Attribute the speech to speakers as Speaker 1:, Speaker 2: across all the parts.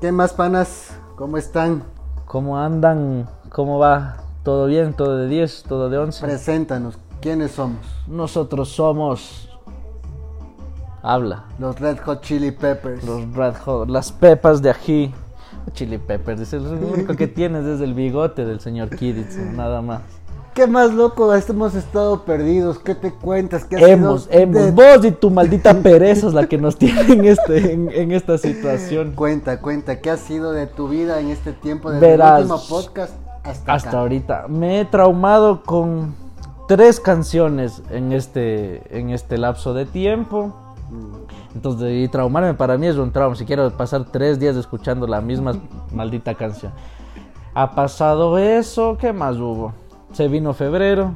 Speaker 1: ¿Qué más, panas? ¿Cómo están?
Speaker 2: ¿Cómo andan? ¿Cómo va? ¿Todo bien? ¿Todo de 10? ¿Todo de 11?
Speaker 1: Preséntanos, ¿quiénes somos?
Speaker 2: Nosotros somos... Habla.
Speaker 1: Los Red Hot Chili Peppers.
Speaker 2: Los Red Hot, las pepas de ají. Chili Peppers, dice, lo único que tienes es el bigote del señor Kidditz, nada más.
Speaker 1: ¿Qué más, loco? Hemos estado perdidos. ¿Qué te cuentas? ¿Qué ha
Speaker 2: Hemos,
Speaker 1: sido
Speaker 2: hemos,
Speaker 1: de-
Speaker 2: vos y tu maldita pereza es la que nos tiene en, este, en, en esta situación.
Speaker 1: Cuenta, cuenta, ¿qué ha sido de tu vida en este tiempo desde
Speaker 2: Verás.
Speaker 1: el último podcast hasta,
Speaker 2: Hasta
Speaker 1: acá?
Speaker 2: ahorita. Me he traumado con tres canciones en este, en este lapso de tiempo. Entonces, y traumarme para mí es un trauma. Si quiero pasar tres días escuchando la misma maldita canción. Ha pasado eso, ¿qué más hubo? Se vino febrero,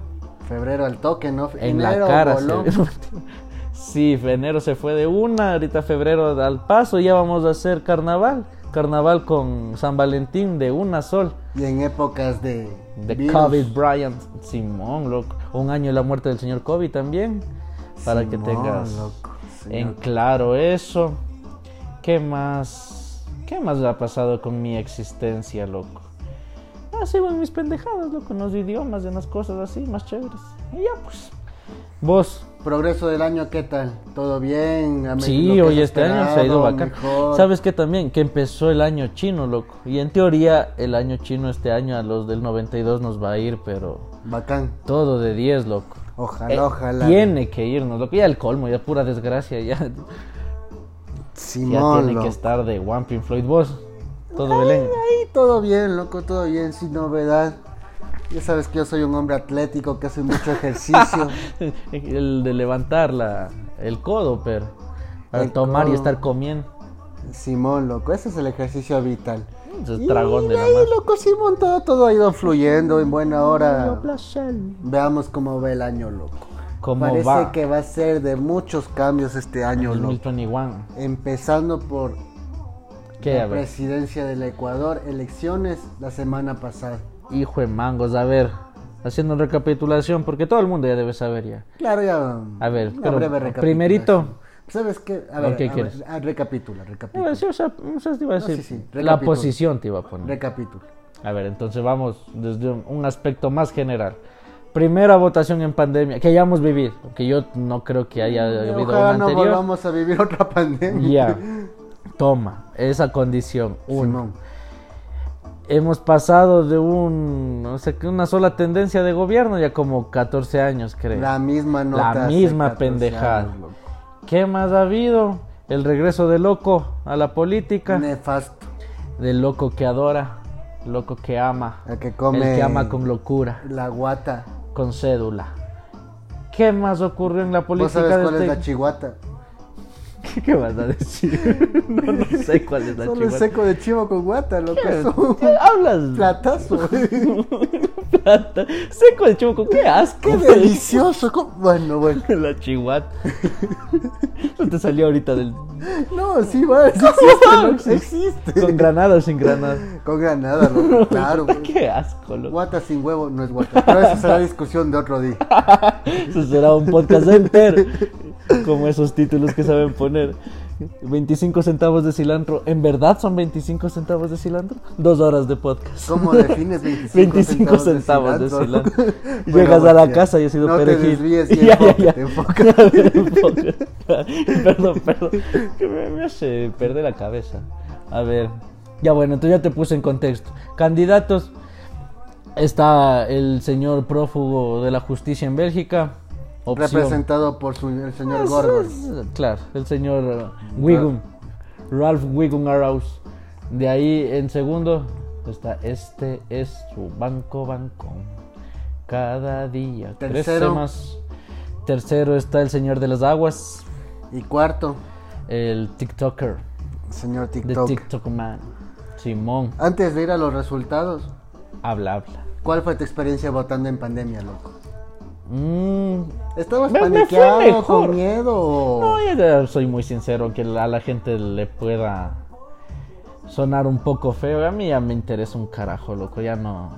Speaker 1: Febrero al toque, ¿no?
Speaker 2: en
Speaker 1: Enero
Speaker 2: la cara.
Speaker 1: voló.
Speaker 2: se- sí, enero se fue de una, ahorita febrero al paso, ya vamos a hacer carnaval. Carnaval con San Valentín de una sol.
Speaker 1: Y en épocas de,
Speaker 2: De
Speaker 1: virus.
Speaker 2: COVID Bryant, Simón, loco. Un año de la muerte del señor COVID también. Para que
Speaker 1: Simón,
Speaker 2: tengas
Speaker 1: loco, sí,
Speaker 2: en
Speaker 1: loco.
Speaker 2: claro eso. ¿Qué más? ¿Qué más ha pasado con mi existencia, loco? Ah, sigo en mis pendejadas, loco, en los idiomas, en las cosas así, más chéveres. Y ya, pues. Vos,
Speaker 1: Progreso del año, ¿qué tal? ¿Todo bien? ¿A me- lo
Speaker 2: Sí,
Speaker 1: que
Speaker 2: oye,
Speaker 1: has
Speaker 2: este año se ha ido
Speaker 1: esperado?
Speaker 2: bacán.
Speaker 1: Mejor.
Speaker 2: ¿Sabes qué también? Que empezó el año chino, loco. Y en teoría, el año chino este año a los del 92 nos va a ir, pero
Speaker 1: Bacán.
Speaker 2: todo de 10, loco.
Speaker 1: Ojalá,
Speaker 2: Eh,
Speaker 1: ojalá.
Speaker 2: Tiene que irnos, loco. Ya el colmo, ya pura desgracia, ya, ya
Speaker 1: Simón,
Speaker 2: tiene
Speaker 1: loco.
Speaker 2: que estar de One Pin Floyd Boss. Todo Belén.
Speaker 1: Ahí todo bien, loco, todo bien, sin novedad. Ya sabes que yo soy un hombre atlético que hace mucho ejercicio.
Speaker 2: El de levantar la, el codo, pero. Para
Speaker 1: El
Speaker 2: tomar y
Speaker 1: codo.
Speaker 2: estar comiendo.
Speaker 1: Simón, loco, ese es el ejercicio vital.
Speaker 2: Ese es dragón de la
Speaker 1: ahí,
Speaker 2: mar.
Speaker 1: loco, Simón, todo, todo ha ido fluyendo en buena hora.
Speaker 2: Placer.
Speaker 1: Veamos cómo va el año, loco.
Speaker 2: ¿Cómo
Speaker 1: Parece
Speaker 2: va?
Speaker 1: que va a ser de muchos cambios este año, loco.
Speaker 2: 2021.
Speaker 1: Empezando por
Speaker 2: ¿Qué? A
Speaker 1: la
Speaker 2: ver.
Speaker 1: presidencia del Ecuador, elecciones la semana pasada.
Speaker 2: Hijo de mangos, a ver, haciendo recapitulación, porque todo el mundo ya debe saber ya.
Speaker 1: Claro, ya.
Speaker 2: A ver,
Speaker 1: una
Speaker 2: pero
Speaker 1: breve recapitulación.
Speaker 2: primerito.
Speaker 1: ¿Sabes qué? A ver,
Speaker 2: ¿O qué
Speaker 1: a ver,
Speaker 2: quieres? Pues
Speaker 1: ah, recapitula,
Speaker 2: Iba a
Speaker 1: recapitula.
Speaker 2: decir, o sea, o sea, te iba a
Speaker 1: No,
Speaker 2: decir,
Speaker 1: sí, sí,
Speaker 2: la
Speaker 1: recapitula.
Speaker 2: posición te iba a poner.
Speaker 1: Recapitula.
Speaker 2: A ver, entonces vamos desde un, un aspecto más general. Primera votación en pandemia, que hayamos vivido, que yo no creo que haya habido una
Speaker 1: Ojalá no
Speaker 2: anterior.
Speaker 1: volvamos a vivir otra
Speaker 2: Ya,
Speaker 1: pandemia.
Speaker 2: toma, esa condición, uno.
Speaker 1: Simón.
Speaker 2: Hemos pasado de un, o sea, que una sola tendencia de gobierno ya como 14 años, creo.
Speaker 1: La misma nota. hace
Speaker 2: misma
Speaker 1: 14 años,
Speaker 2: pendejada.
Speaker 1: loco.
Speaker 2: ¿Qué más ha habido? El regreso de loco a la política.
Speaker 1: Nefasto.
Speaker 2: Del loco que adora, loco que ama.
Speaker 1: El que come
Speaker 2: El que ama con locura,
Speaker 1: la guata.
Speaker 2: con cédula. ¿Qué más ocurrió en la
Speaker 1: ¿Vos
Speaker 2: política?
Speaker 1: sabes
Speaker 2: de
Speaker 1: cuál es
Speaker 2: este-
Speaker 1: la chihuata?
Speaker 2: ¿Qué vas a decir? No, no sé cuál es la
Speaker 1: Solo el
Speaker 2: chihuahua.
Speaker 1: seco de chivo con guata, loco. Es un
Speaker 2: ¿Qué hablas?
Speaker 1: platazo.
Speaker 2: Plata. Seco el chuco, qué asco.
Speaker 1: Qué delicioso. ¿Cómo? Bueno, bueno.
Speaker 2: La chihuahua. No te salió ahorita del.
Speaker 1: No, sí, va. sí existe, loco, existe.
Speaker 2: Con granada o sin granada.
Speaker 1: Con granada, loco. Claro.
Speaker 2: Qué asco, loco.
Speaker 1: Guata sin huevo no es guata. Pero esa será discusión de otro día.
Speaker 2: Eso será un podcast entero. Como esos títulos que saben poner. 25 centavos de cilantro. ¿En verdad son 25 centavos de cilantro? Dos horas de podcast.
Speaker 1: ¿Cómo defines 25,
Speaker 2: 25 centavos de cilantro. Llegas a la casa y ha
Speaker 1: he
Speaker 2: sido
Speaker 1: pues no
Speaker 2: perejil.
Speaker 1: Te desvíes y
Speaker 2: Ya,
Speaker 1: enfócate,
Speaker 2: ya, ya.
Speaker 1: enfócate.
Speaker 2: perdón, perdón. Que me, me hace perder la cabeza. A ver. Ya bueno, entonces ya te puse en contexto. Candidatos. Está el señor prófugo de la justicia en Bélgica. Opción.
Speaker 1: Representado por su, el señor
Speaker 2: Es-
Speaker 1: Gorgon.
Speaker 2: es- Claro, el señor eh, Wiggum. Ralph Wiggum Arauz. De ahí en segundo está este es su banco banco. Cada día crece
Speaker 1: Tercero.
Speaker 2: más. Tercero está el señor de las aguas,
Speaker 1: Y cuarto,
Speaker 2: el TikToker,
Speaker 1: señor
Speaker 2: the
Speaker 1: TikTok.
Speaker 2: TikTok man, Simón.
Speaker 1: Antes de ir a los resultados,
Speaker 2: Habla, habla.
Speaker 1: ¿cuál fue tu experiencia votando en pandemia, loco?
Speaker 2: Mm,
Speaker 1: ¿Estabas
Speaker 2: Me- me fue
Speaker 1: paniqueado,
Speaker 2: mejor.
Speaker 1: con miedo o...?
Speaker 2: No, yo ya soy muy sincero, que a la gente le pueda sonar un poco feo. A mí ya me interesa un carajo, loco, ya no.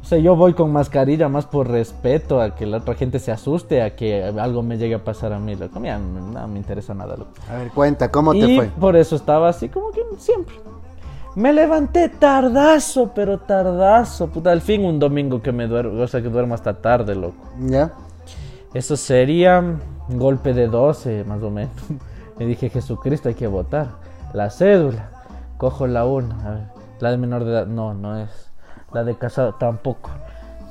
Speaker 2: O sea, yo voy con mascarilla más por respeto a que la otra gente se asuste, a que algo me llegue a pasar a mí, loco. Mira, no me interesa nada, loco.
Speaker 1: A ver, cuenta, ¿cómo
Speaker 2: y
Speaker 1: te fue?
Speaker 2: por eso estaba así como que siempre. Me levanté tardazo, pero tardazo. Puta, al fin un domingo que me duermo, o sea, que duermo hasta tarde, loco.
Speaker 1: ¿Ya?
Speaker 2: Eso sería un golpe de 12, más o menos. Me dije, Jesucristo, hay que votar. La cédula. Cojo la una. A ver, la de menor de edad. No, no es. La de casado tampoco.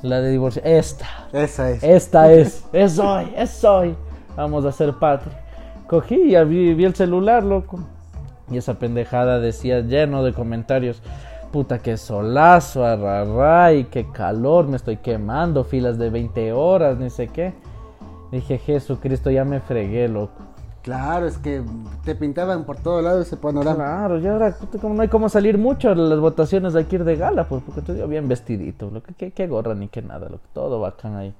Speaker 2: La de divorcio. Esta.
Speaker 1: Esa es.
Speaker 2: Esta es. Es hoy. Es hoy. Vamos a hacer patria. Cogí y abrí- vi el celular, loco. Y esa pendejada decía lleno de comentarios. Puta, qué solazo, arraray, qué calor, me estoy quemando, filas de 20 horas, ni sé qué. Dije, Jesucristo, ya me fregué, loco.
Speaker 1: Claro, es que te pintaban por todo lado ese panorama.
Speaker 2: Claro, ya ahora puta, como no hay como salir mucho a las votaciones de aquí de gala, pues porque te digo bien vestidito, lo que, que, que gorra ni que nada, lo que todo bacán ahí.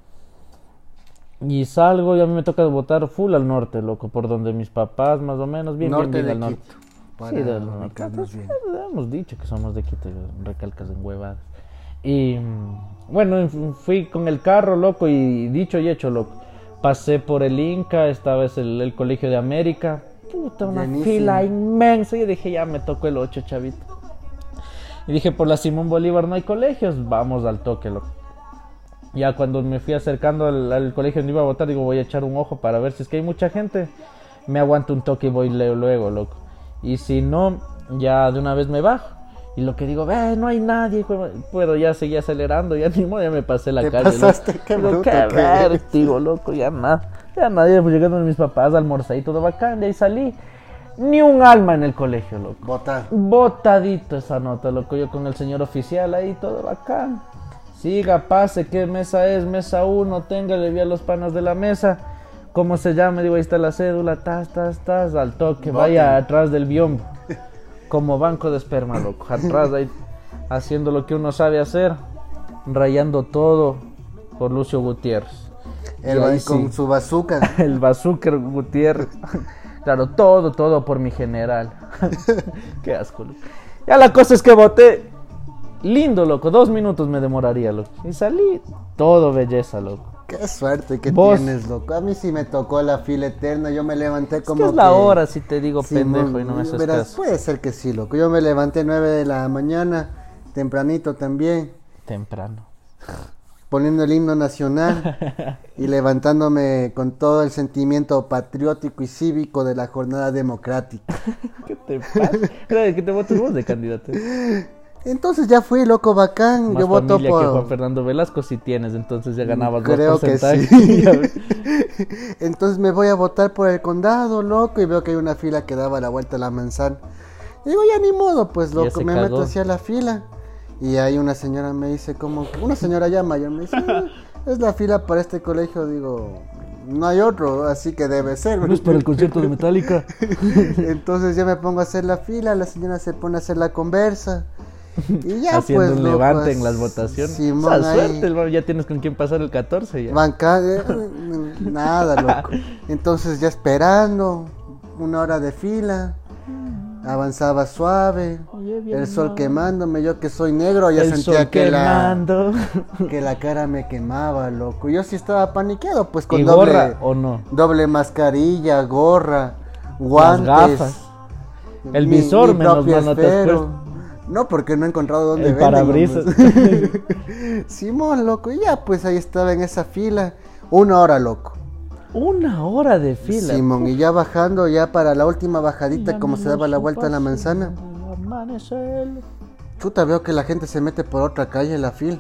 Speaker 2: Y salgo y a mí me toca votar full al norte, loco, por donde mis papás más o menos, bien,
Speaker 1: norte
Speaker 2: bien, bien
Speaker 1: de
Speaker 2: al norte.
Speaker 1: Quito.
Speaker 2: Sí,
Speaker 1: Para
Speaker 2: de los pues,
Speaker 1: ubicarnos bien.
Speaker 2: Hemos dicho que somos de Quito, recalcas en huevadas. Y mm, bueno, en fin, fui con el carro, loco, y dicho y hecho, loco. Pasé por el Inca, estaba es el, el Colegio de América. Puta, una
Speaker 1: Llenísimo.
Speaker 2: fila inmensa. Y dije, ya me tocó el 8, chavito. Y dije, por la Simón Bolívar no hay colegios, vamos al toque, loco. Ya cuando me fui acercando al, al colegio donde iba a votar, digo, voy a echar un ojo para ver si es que hay mucha gente. Me aguanto un toque y voy leo luego, loco. Y si no, ya de una vez me bajo. Y lo que digo, ve, no hay nadie, hijo de ma-". pero ya seguí acelerando, ya ni modo, ya me pasé la
Speaker 1: Te
Speaker 2: calle. loco.
Speaker 1: pasaste, qué
Speaker 2: Digo,
Speaker 1: bruto que
Speaker 2: vértigo, loco, ya nada. Ya nadie, pues llegando mis papás, almorcé y todo bacán, de ahí salí. Ni un alma en el colegio, loco.
Speaker 1: Votar.
Speaker 2: Botadito esa nota, loco. Yo con el señor oficial ahí, todo bacán. Siga, pase, ¿qué mesa es? Mesa 1, tenga, le vi a los panas de la mesa. ¿Cómo se llama? Digo, ahí está la cédula, tas, tas, tas, al toque, vaya atrás del biombo. Como banco de esperma, loco. Atrás ahí, haciendo lo que uno sabe hacer, rayando todo por Lucio Gutiérrez.
Speaker 1: El
Speaker 2: Y ahí
Speaker 1: ba- con
Speaker 2: sí,
Speaker 1: su bazooka.
Speaker 2: el bazooka Gutiérrez. Claro, todo, todo por mi general. Qué asco, loco. Ya la cosa es que voté. Lindo, loco. Dos minutos me demoraría, loco. Y salí. Todo belleza, loco.
Speaker 1: Qué suerte que
Speaker 2: Vos.
Speaker 1: tienes, loco. A mí sí me tocó la fila eterna. Yo me levanté
Speaker 2: Es
Speaker 1: como.
Speaker 2: que es la
Speaker 1: que-
Speaker 2: hora si te digo
Speaker 1: Sí,
Speaker 2: pendejo y no me haces
Speaker 1: verás,
Speaker 2: caso.
Speaker 1: Puede ser que sí, loco. Yo me levanté 9 de la mañana, tempranito también,
Speaker 2: Temprano.
Speaker 1: poniendo el himno nacional y levantándome con todo el sentimiento patriótico y cívico de la jornada democrática.
Speaker 2: ¿Qué te pasa? Claro, que te votes vos de candidato.
Speaker 1: Entonces ya fui, loco, bacán.
Speaker 2: Más
Speaker 1: Yo voto
Speaker 2: familia que Juan
Speaker 1: por.
Speaker 2: Fernando Velasco si tienes, entonces ya ganabas dos
Speaker 1: Creo que
Speaker 2: porcentajes.
Speaker 1: sí. Entonces me voy a votar por el condado, loco, y veo que hay una fila que daba la vuelta a la manzana. Y digo, ya ni modo, pues
Speaker 2: Ya
Speaker 1: loco,
Speaker 2: se
Speaker 1: me meto
Speaker 2: cagó.
Speaker 1: hacia la fila. Y ahí una señora me dice, como, que- una señora ya mayor me dice, "Ah, es la fila para este colegio, digo, no hay otro, así que debe ser.
Speaker 2: No es para el concierto de Metallica.
Speaker 1: Entonces yo me pongo a hacer la fila, la señora se pone a hacer la conversa. Y ya
Speaker 2: haciendo
Speaker 1: pues,
Speaker 2: un
Speaker 1: loco,
Speaker 2: levante en las
Speaker 1: s-
Speaker 2: votaciones.
Speaker 1: Simón,
Speaker 2: Esa
Speaker 1: ahí-
Speaker 2: suerte, hermano, ya tienes con quién pasar el 14 ya.
Speaker 1: Banca- eh, n- nada, loco. Entonces ya esperando, una hora de fila, avanzaba suave,
Speaker 2: Oye, bien
Speaker 1: el sol
Speaker 2: mal.
Speaker 1: quemándome, yo que soy negro ya
Speaker 2: el sol
Speaker 1: sentía que la,
Speaker 2: quemando.
Speaker 1: que la cara me quemaba, loco. Yo sí estaba paniqueado, pues con
Speaker 2: ¿Y
Speaker 1: doble,
Speaker 2: gorra o no?
Speaker 1: doble mascarilla, gorra, guantes.
Speaker 2: gafas. El visor menos
Speaker 1: propio
Speaker 2: mal no te has
Speaker 1: esfero.
Speaker 2: puesto.
Speaker 1: No, porque no he encontrado dónde
Speaker 2: El
Speaker 1: venden, hombre.
Speaker 2: parabrisas.
Speaker 1: Simón, loco, y ya pues ahí estaba en esa fila, una hora, loco.
Speaker 2: Una hora de fila.
Speaker 1: Simón, y ya bajando, ya para la última bajadita, como se daba la vuelta a la manzana,
Speaker 2: Amanecer.
Speaker 1: chuta, veo que la gente se mete por otra calle en la fila.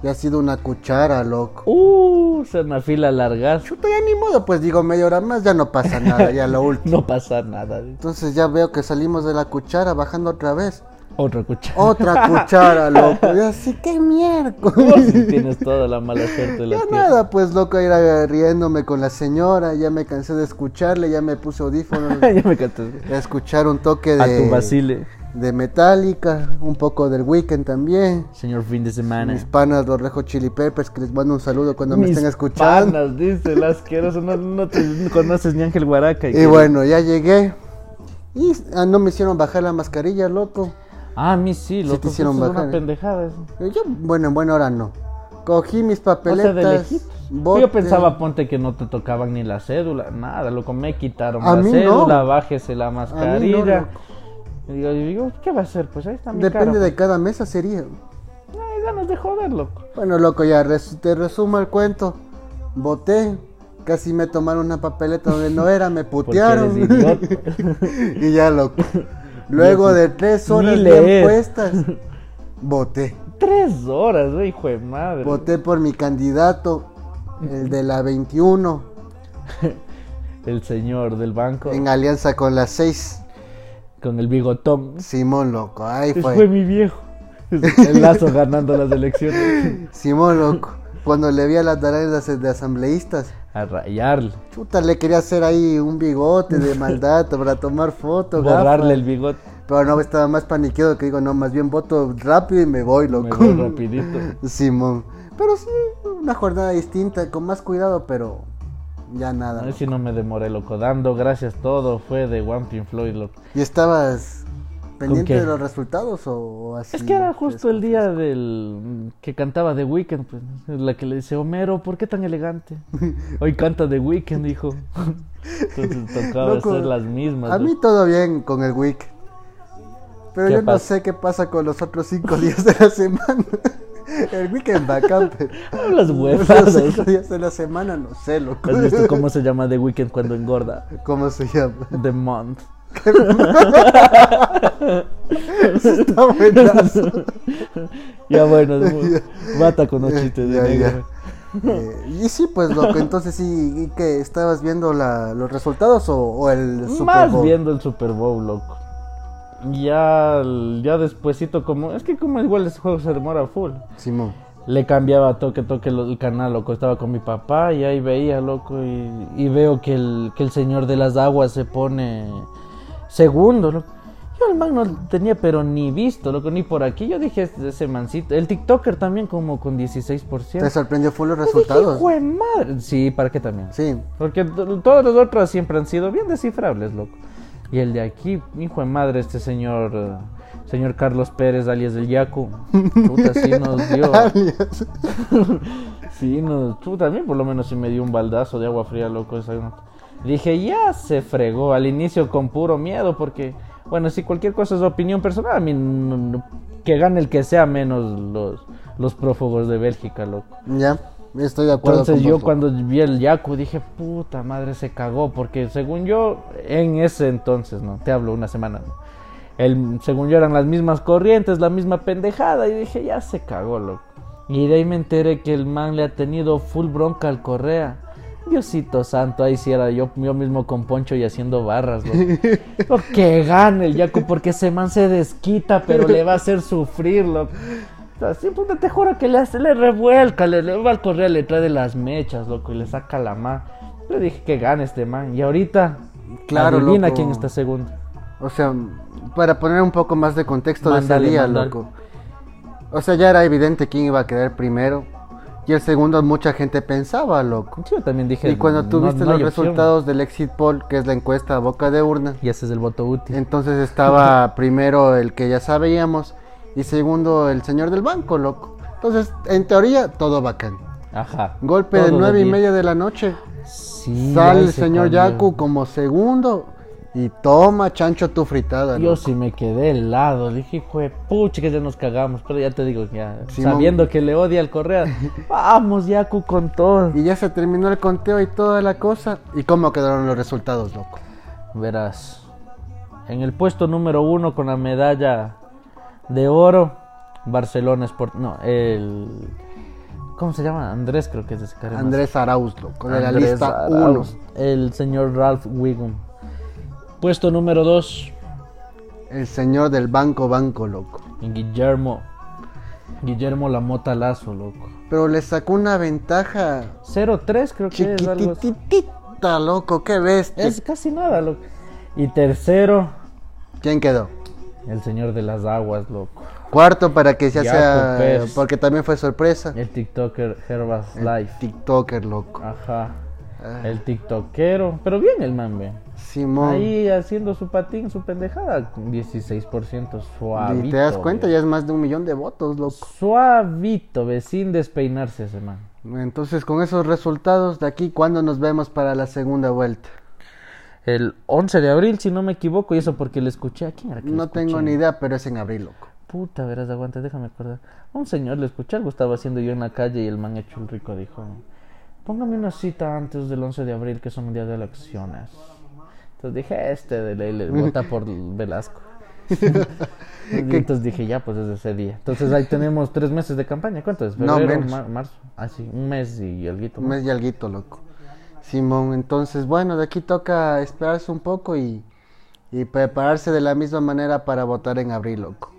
Speaker 1: Y ha sido una cuchara, loco.
Speaker 2: Uh, se una fila larga.
Speaker 1: Chuta, ya ni modo, pues digo, media hora más, ya no pasa nada, ya lo último.
Speaker 2: No pasa nada.
Speaker 1: Entonces ya veo que salimos de la cuchara bajando otra vez.
Speaker 2: Otra cuchara.
Speaker 1: Otra cuchara, loco. Y así, qué miércoles.
Speaker 2: Vos sí tienes toda la mala suerte de la
Speaker 1: Ya
Speaker 2: tierra.
Speaker 1: nada, pues loco, era riéndome con la señora, ya me cansé de escucharle, ya me puse audífonos
Speaker 2: ya me cantaste.
Speaker 1: a escuchar un toque de...
Speaker 2: A tu Basile,
Speaker 1: de Metallica, un poco del Weekend también.
Speaker 2: señor fin de
Speaker 1: Mis
Speaker 2: semana.
Speaker 1: panas, los Rejo Chili Peppers, que les mando un saludo cuando me
Speaker 2: Mis
Speaker 1: estén escuchando.
Speaker 2: Panas, dice el asqueroso. No, no te no conoces ni Ángel Guaraca.
Speaker 1: Y
Speaker 2: que-
Speaker 1: bueno, ya llegué. Y ah, no me hicieron bajar la mascarilla, loco.
Speaker 2: Ah, a mí sí, lo
Speaker 1: te hicieron
Speaker 2: es
Speaker 1: bajar,
Speaker 2: una
Speaker 1: ¿eh?
Speaker 2: pendejada eso.
Speaker 1: Y Yo, bueno, en buena hora no. Cogí mis
Speaker 2: O
Speaker 1: papeletas.
Speaker 2: sea, de lejitos.
Speaker 1: bote.
Speaker 2: Yo pensaba, "Ah, ponte que no te tocaban ni la cédula, nada, loco, me quitaron
Speaker 1: A
Speaker 2: la
Speaker 1: mí no.
Speaker 2: cédula, bájese la
Speaker 1: A mí no,
Speaker 2: mascarilla.
Speaker 1: loco.
Speaker 2: Y digo, y digo, ¿qué va a hacer? Pues ahí está mi
Speaker 1: Depende
Speaker 2: cara.
Speaker 1: de cada mesa sería.
Speaker 2: pues. Ay, ganas de joder, loco.
Speaker 1: Bueno, loco, ya res- te resumo el cuento. Voté, casi me tomaron una papeleta donde no era, me
Speaker 2: Porque
Speaker 1: putearon.
Speaker 2: eres idiota.
Speaker 1: y ya, loco. Luego de tres
Speaker 2: Ni
Speaker 1: horas
Speaker 2: leer.
Speaker 1: bien puestas, voté.
Speaker 2: Tres horas, güey, hijo de madre.
Speaker 1: Voté por mi candidato, el de la 21,
Speaker 2: El señor del banco
Speaker 1: en alianza con la 6.
Speaker 2: con el bigotón.
Speaker 1: Simón, loco, ahí
Speaker 2: Ese
Speaker 1: fue.
Speaker 2: fue mi viejo. El lazo ganando las elecciones.
Speaker 1: Simón, loco. Cuando le vi a las tareas de de asambleístas,
Speaker 2: A rayarle.
Speaker 1: Chuta, le quería hacer ahí un bigote de maldad para tomar fotos,
Speaker 2: Borrarle el bigote.
Speaker 1: Pero no, estaba más paniqueado que digo, no, más bien voto rápido y me voy,
Speaker 2: Me
Speaker 1: loco.
Speaker 2: voy rapidito.
Speaker 1: Simón. Pero sí, una jornada distinta, con más cuidado, pero ya
Speaker 2: A
Speaker 1: nada.
Speaker 2: ver
Speaker 1: loco.
Speaker 2: si no me demoré, loco. Dando gracias todo. Fue de One Pin Floyd, loco.
Speaker 1: ¿Y estabas pendiente
Speaker 2: qué?
Speaker 1: de los resultados o, o así?
Speaker 2: Es que era
Speaker 1: fresco,
Speaker 2: justo el día
Speaker 1: fresco?
Speaker 2: del que cantaba The Weeknd, pues, la que le dice, Homero, ¿por qué tan elegante? Hoy canta The Weeknd, hijo. Entonces tocaba
Speaker 1: Loco,
Speaker 2: hacer las mismas.
Speaker 1: A mí
Speaker 2: güey.
Speaker 1: todo bien con el week. Pero
Speaker 2: ¿Qué
Speaker 1: yo no
Speaker 2: pasa?
Speaker 1: sé qué pasa con los otros cinco días de la semana. El weekend va, camper.
Speaker 2: Hablas
Speaker 1: Los
Speaker 2: huevadas.
Speaker 1: cinco días de la semana, no sé, loco.
Speaker 2: ¿Has visto cómo se llama The Weeknd cuando engorda?
Speaker 1: ¿Cómo se llama?
Speaker 2: The Month.
Speaker 1: Está buenazo.
Speaker 2: ya bueno, de- bata con los chistes de
Speaker 1: Ya,
Speaker 2: negro,
Speaker 1: ya.
Speaker 2: güey.
Speaker 1: Eh, y sí, pues loco, entonces sí, ¿y qué? ¿Estabas viendo la- los resultados o, o el Super
Speaker 2: Más
Speaker 1: Bowl?
Speaker 2: viendo el Super Bowl, loco. Ya, ya despuesito como... Es que como igual ese juego se demora full.
Speaker 1: Simón.
Speaker 2: Le cambiaba toque, toque lo- el canal, loco. Estaba con mi papá y ahí veía, loco. Y, y veo que el, que el señor de las aguas se pone segundo, loco. Yo al man no lo tenía, pero ni visto, loco, ni por aquí. Yo dije, "Este- ese mancito. El TikToker también, como con 16%.
Speaker 1: ¿Te sorprendió full los
Speaker 2: Yo dije,
Speaker 1: resultados?
Speaker 2: "Jue madre. Sí, ¿para qué también?
Speaker 1: Sí,
Speaker 2: Porque to- todas las otras siempre han sido bien descifrables, loco. Y el de aquí, hijo de madre, este señor, eh, señor Carlos Pérez, alias del Yaku, puta, sí nos dio. sí, nos, tú también por lo menos sí me dio un baldazo de agua fría, loco. esa no- Dije, ya se fregó al inicio con puro miedo, porque, bueno, si cualquier cosa es opinión personal, a mí no- no- que gane el que sea, menos los, los prófugos de Bélgica, loco.
Speaker 1: ya, estoy de acuerdo
Speaker 2: Entonces
Speaker 1: con
Speaker 2: yo
Speaker 1: vos, loco.
Speaker 2: cuando vi el Yaku dije, puta madre, se cagó, porque según yo, en ese entonces, ¿no? Te hablo una semana, ¿no? El, según yo eran las mismas corrientes, la misma pendejada, y dije, ya se cagó, loco. Y de ahí me enteré que el man le ha tenido full bronca al Correa. Diosito santo, ahí sí era yo, yo mismo con poncho y haciendo barras, loco. Lo que gane el Yaku, porque ese man se desquita, pero le va a hacer sufrir, loco. Así, puta, te juro que le, hace- le revuelca, le, le va al correo, le trae de las mechas, loco, y le saca la mano. Le dije que gane este man. Y ahorita,
Speaker 1: Claro,
Speaker 2: adivina
Speaker 1: loco.
Speaker 2: quién está segundo.
Speaker 1: O sea, para poner un poco más de contexto de
Speaker 2: Mándale,
Speaker 1: ese día,
Speaker 2: mándale.
Speaker 1: loco. O sea, ya era evidente quién iba a quedar primero. Y el segundo, mucha gente pensaba, loco.
Speaker 2: Sí, Yo también dije.
Speaker 1: Y cuando
Speaker 2: no-
Speaker 1: tú viste
Speaker 2: no
Speaker 1: los
Speaker 2: hay opción.
Speaker 1: resultados del Exit Poll, que es la encuesta a boca de urna,
Speaker 2: Y ese es el voto útil.
Speaker 1: entonces estaba primero el que ya sabíamos y segundo el señor del banco, loco. Entonces, en teoría, todo bacán.
Speaker 2: Ajá.
Speaker 1: Golpe de
Speaker 2: Todo
Speaker 1: nueve y
Speaker 2: bien.
Speaker 1: media de la noche.
Speaker 2: Sí,
Speaker 1: sale
Speaker 2: ahí
Speaker 1: el
Speaker 2: se
Speaker 1: señor
Speaker 2: cambió.
Speaker 1: Yaku como segundo y toma, chancho, tu fritada,
Speaker 2: Yo
Speaker 1: loco.
Speaker 2: sí me quedé helado, dije, hijo de pucha, que ya nos cagamos, pero ya te digo, ya,
Speaker 1: Simón.
Speaker 2: sabiendo que le odia al Correa, vamos, Yaku, con todo.
Speaker 1: Y ya se terminó el conteo y toda la cosa. ¿Y cómo quedaron los resultados, loco?
Speaker 2: Verás. En el puesto número uno con la medalla de oro, Barcelona Sport. No, el. ¿Cómo se llama? Andrés, creo que es ese cara.
Speaker 1: Andrés Arauz, loco, de la
Speaker 2: Andrés
Speaker 1: lista uno.
Speaker 2: Arauz, El señor Ralph Wiggum. Puesto número dos,
Speaker 1: El señor del banco, banco, loco.
Speaker 2: Guillermo. Guillermo Lamota Lazo, loco.
Speaker 1: Pero le sacó una ventaja
Speaker 2: 0-3, creo que es algo así.
Speaker 1: chiquititita, loco, qué bestia.
Speaker 2: Es casi nada, loco. Y tercero,
Speaker 1: ¿Quién quedó?
Speaker 2: el señor de las aguas, loco.
Speaker 1: Cuarto para que ya
Speaker 2: Yaco
Speaker 1: sea,
Speaker 2: Pérez.
Speaker 1: porque también fue sorpresa.
Speaker 2: El TikToker Herbas Life.
Speaker 1: TikToker, loco.
Speaker 2: Ajá.
Speaker 1: Ah.
Speaker 2: El tiktokero. Pero bien el man, ve.
Speaker 1: Simón.
Speaker 2: Ahí haciendo su patín, su pendejada. 16% suavito.
Speaker 1: y te das cuenta,
Speaker 2: ve.
Speaker 1: ya es más de un millón de votos, loco.
Speaker 2: Suavito, ve, sin despeinarse ese man.
Speaker 1: Entonces, con esos resultados de aquí, ¿cuándo nos vemos para la segunda vuelta?
Speaker 2: el 11 de abril, si no me equivoco, y eso porque le escuché a quién era que le
Speaker 1: No tengo
Speaker 2: escuché?
Speaker 1: ni idea, pero es en abril, loco.
Speaker 2: Puta, verás, aguanta, déjame acordar. A un señor le escuché algo, estaba haciendo yo en la calle y el man hecho el rico dijo: Póngame una cita antes del 11 de abril, que son un día de elecciones. Entonces dije: Este de ley le vota por Velasco. Y Entonces dije: Ya, pues es ese día. Entonces ahí tenemos tres meses de campaña. ¿Cuánto es?
Speaker 1: No,
Speaker 2: ¿Febrero?
Speaker 1: menos.
Speaker 2: mar- marzo. Ah, sí, un mes y algo.
Speaker 1: Un mes y alguito, loco. Simón, entonces, bueno, de aquí toca esperarse un poco y, y prepararse de la misma manera para votar en abril, loco.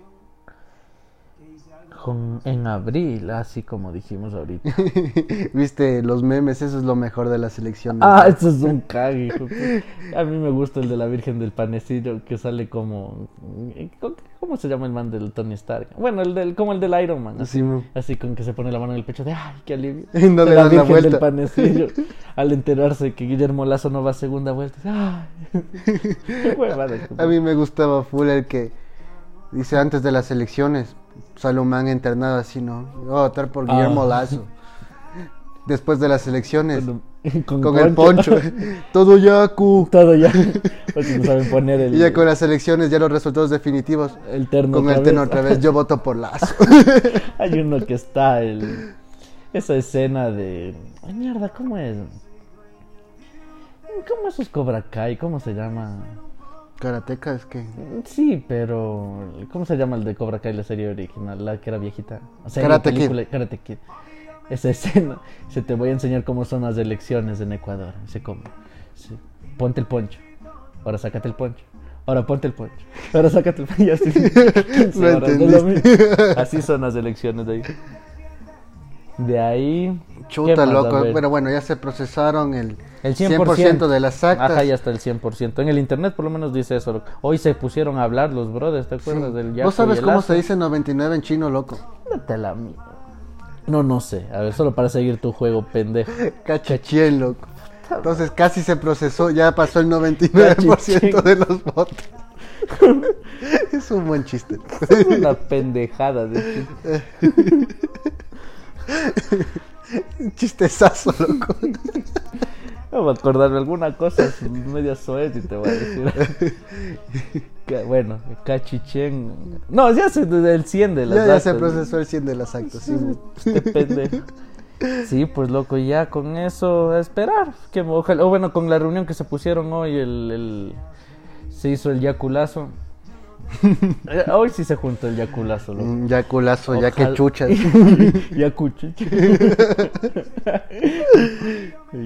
Speaker 2: Con- en abril, así como dijimos ahorita.
Speaker 1: Viste, los memes, eso es lo mejor de las elecciones.
Speaker 2: Ah, eso es un cague, hijo. de- A mí me gusta el de la Virgen del Panecillo que sale como. ¿Cómo se llama el man del Tony Stark? Bueno, el del, como el del Iron Man. Así,
Speaker 1: Simón.
Speaker 2: así con que se pone la mano en el pecho de ¡ay, qué alivio!
Speaker 1: Y no le
Speaker 2: la
Speaker 1: dan la
Speaker 2: Virgen
Speaker 1: vuelta.
Speaker 2: del Panecillo al enterarse que Guillermo Lazo no va a segunda vuelta. ¡Ay! ¡Qué huevada! hijo de-
Speaker 1: A mí me gustaba full el que dice antes de las elecciones, Salomán internado así, ¿no? Voy a votar por Guillermo
Speaker 2: Ah.
Speaker 1: Lazo. Después de las elecciones,
Speaker 2: Con,
Speaker 1: con el poncho, todo yacu.
Speaker 2: Todo ya. Porque no saben poner el,
Speaker 1: Y ya con las elecciones, ya los resultados definitivos,
Speaker 2: el terno.
Speaker 1: con
Speaker 2: otra
Speaker 1: el tenor
Speaker 2: vez.
Speaker 1: otra vez, yo voto por Lazo.
Speaker 2: Hay uno que está el esa escena de ay mierda, ¿cómo es? ¿Cómo esos Cobra Kai? ¿Cómo se llama?
Speaker 1: Karateka es que...
Speaker 2: Sí, pero ¿cómo se llama el de Cobra Kai la serie original, la que era viejita? O sea,
Speaker 1: Karate
Speaker 2: la película Karate Kid. Esa escena, se te voy a enseñar cómo son las elecciones en Ecuador, se come. Sí. Ponte el poncho. Ahora sácate el poncho. Ahora ponte el poncho. Ahora sácate el poncho. Y así, 15
Speaker 1: Lo
Speaker 2: horas de lo
Speaker 1: entendiste.
Speaker 2: mismo. Así son las elecciones de ahí. De ahí. ¿qué
Speaker 1: Chuta,
Speaker 2: más? A
Speaker 1: loco.
Speaker 2: ver.
Speaker 1: Pero bueno, ya se procesaron el,
Speaker 2: El
Speaker 1: 100%,
Speaker 2: 100%
Speaker 1: de las actas.
Speaker 2: Ajá, ya está el 100%. En el internet por lo menos dice eso. loco. Hoy se pusieron a hablar los brothers, ¿te
Speaker 1: Sí.
Speaker 2: acuerdas del Yaku
Speaker 1: ¿Vos sabes
Speaker 2: y el
Speaker 1: cómo
Speaker 2: Azo?
Speaker 1: se dice 99 en chino, loco?
Speaker 2: Vete a la mierda. No, no sé. A ver, solo para seguir tu juego, pendejo.
Speaker 1: Cachichén, loco. Entonces casi se procesó, ya pasó el 99% de los votos. es un buen chiste.
Speaker 2: Es una pendejada de
Speaker 1: Un chistezazo, loco.
Speaker 2: No me acordarme alguna cosa es media soez y te voy a decir. Ca- bueno, cachichén. No, ya se del 100 de las
Speaker 1: ya, ya se
Speaker 2: actas.
Speaker 1: procesó el 100 de las actas. sí, güey.
Speaker 2: Este pendejo. Sí, pues loco, ya con eso a esperar. Que ojalá, o bueno, con la reunión que se pusieron hoy, el, el- se hizo el yaculazo. Eh, hoy sí se juntó el yaculazo, loco.
Speaker 1: Mm, ya culazo, ya que
Speaker 2: Ojalá-
Speaker 1: chuchas.
Speaker 2: ya cuchiche.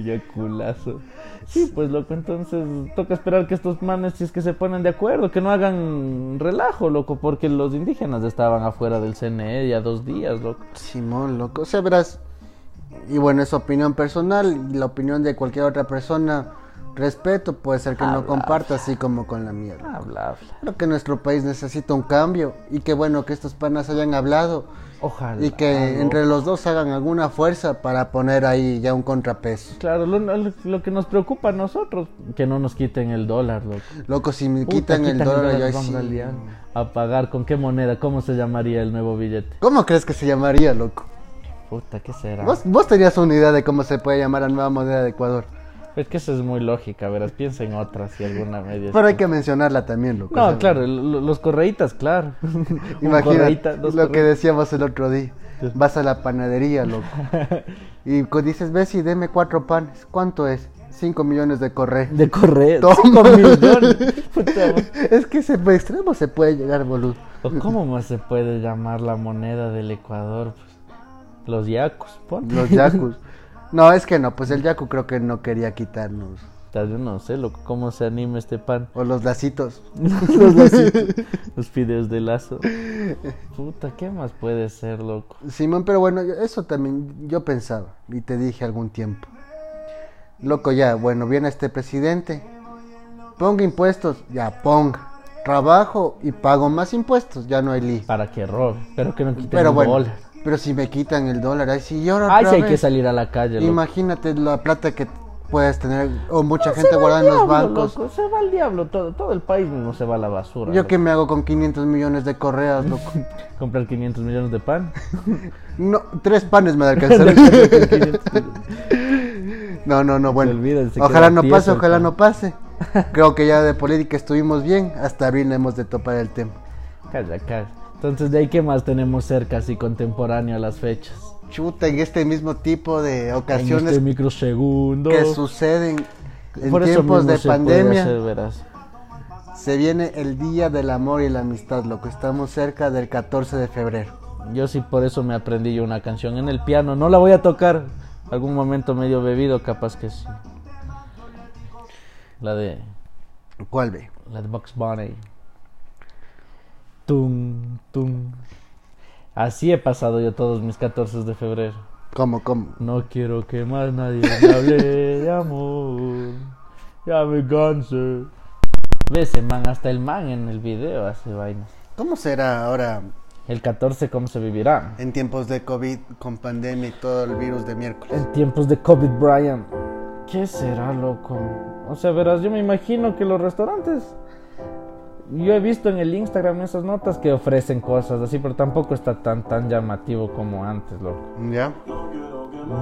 Speaker 2: ya culazo. Sí, pues loco, entonces toca esperar que estos manes, si es que se ponen de acuerdo, que no hagan relajo, loco, porque los indígenas estaban afuera del CNE ya dos días, loco.
Speaker 1: Simón, loco. O sea, verás. Y bueno, es opinión personal. Y la opinión de cualquier otra persona, respeto, puede ser que no
Speaker 2: Habla.
Speaker 1: comparta, así como con la mía. loco.
Speaker 2: Habla, habla.
Speaker 1: Creo que nuestro país necesita un cambio. Y qué bueno que estos panas hayan hablado.
Speaker 2: Ojalá.
Speaker 1: Y que
Speaker 2: loco.
Speaker 1: entre los dos hagan alguna fuerza para poner ahí ya un contrapeso.
Speaker 2: Claro, lo, lo- lo que nos preocupa a nosotros, que no nos quiten el dólar, loco.
Speaker 1: Loco, si me
Speaker 2: Puta,
Speaker 1: quitan, el dólar, yo ahí
Speaker 2: vamos
Speaker 1: sí.
Speaker 2: a liar. A pagar, ¿con qué moneda? ¿Cómo se llamaría el nuevo billete?
Speaker 1: ¿Cómo crees que se llamaría, loco?
Speaker 2: Puta, ¿qué será?
Speaker 1: ¿Vos, vos tenías una idea de cómo se puede llamar la nueva moneda de Ecuador.
Speaker 2: Es que eso es muy lógica, verás, piensa en otra, si alguna media.
Speaker 1: Pero hay que mencionarla también, loco. o
Speaker 2: No,
Speaker 1: sea,
Speaker 2: claro, lo- los correitas, claro. Un correíta,
Speaker 1: Imagínate
Speaker 2: dos
Speaker 1: lo que
Speaker 2: correitas.
Speaker 1: decíamos el otro día. Vas a la panadería, loco. Y co- dices, Bessie, deme cuatro panes. ¿Cuánto es? Cinco millones de corre.
Speaker 2: De correa,
Speaker 1: Toma.
Speaker 2: cinco millones. Puta,
Speaker 1: es que ese extremo se puede llegar, boludo.
Speaker 2: ¿O ¿Cómo más se puede llamar la moneda del Ecuador? Pues, los yacos, ponte.
Speaker 1: Los yacus. No, es que no, pues el yacu creo que no quería quitarnos.
Speaker 2: Tal vez no sé, loco, cómo se anima este pan.
Speaker 1: O los lacitos.
Speaker 2: los lacitos, los fideos de lazo. Puta, ¿qué más puede ser, loco?
Speaker 1: Simón, pero bueno, yo- eso también yo pensaba y te dije algún tiempo. Loco, ya, bueno, viene este presidente. Ponga impuestos, ya ponga. Trabajo y pago más impuestos, ya no hay ley.
Speaker 2: Para que robe, pero que no quiten
Speaker 1: Pero
Speaker 2: el
Speaker 1: bueno,
Speaker 2: dólar.
Speaker 1: pero si me quitan el dólar, ahí sí, y ahora
Speaker 2: Ay,
Speaker 1: otra
Speaker 2: si hay que
Speaker 1: vez.
Speaker 2: salir a la calle, loco.
Speaker 1: Imagínate la plata que puedes tener o mucha
Speaker 2: Se
Speaker 1: gente
Speaker 2: va
Speaker 1: guardada
Speaker 2: al
Speaker 1: en los
Speaker 2: diablo,
Speaker 1: bancos.
Speaker 2: loco, se va al diablo, todo, todo el país no se va a la basura.
Speaker 1: Yo
Speaker 2: loco.
Speaker 1: qué me hago con 500 millones de correas, loco.
Speaker 2: Comprar 500 millones de pan.
Speaker 1: No, tres panes me da alcanzar.
Speaker 2: 500 millones.
Speaker 1: No, no, no, bueno.
Speaker 2: olvidas, se
Speaker 1: ojalá
Speaker 2: queda
Speaker 1: no
Speaker 2: tieso
Speaker 1: pase,
Speaker 2: el
Speaker 1: ojalá
Speaker 2: pan.
Speaker 1: no pase. Creo que ya de política estuvimos bien. Hasta abril hemos de topar el tema.
Speaker 2: Calla, calla. Entonces, ¿de ahí qué más tenemos cerca, así contemporáneo a las fechas?
Speaker 1: Chuta, en este mismo tipo de
Speaker 2: En
Speaker 1: ocasiones
Speaker 2: este microsegundo.
Speaker 1: que suceden en
Speaker 2: Por eso
Speaker 1: tiempos
Speaker 2: mismo
Speaker 1: de
Speaker 2: se puede
Speaker 1: pandemia.
Speaker 2: hacer, verás.
Speaker 1: Se viene el Día del Amor y la Amistad, loco. Estamos cerca del 14 de febrero.
Speaker 2: Yo sí por eso me aprendí yo una canción en el piano. No la voy a tocar. Algún momento medio bebido, capaz que sí. La de
Speaker 1: ¿Cuál ve?
Speaker 2: la de Bugs Bunny. Tum, tum. Así he pasado yo todos mis 14 de febrero.
Speaker 1: ¿Cómo, cómo?
Speaker 2: No quiero que más nadie me hable de amor. Ya me cansé. Ves, el man, hasta el man en el video hace vainas.
Speaker 1: ¿Cómo será ahora
Speaker 2: El 14, ¿cómo se vivirá?
Speaker 1: en tiempos de COVID, con pandemia y todo el virus de miércoles?
Speaker 2: En tiempos de COVID, Brian. ¿Qué será, loco? O sea, verás, yo me imagino que los restaurantes. Yo he visto en el Instagram esas notas que ofrecen cosas así, pero tampoco está tan tan llamativo como antes, loco.
Speaker 1: ¿Ya?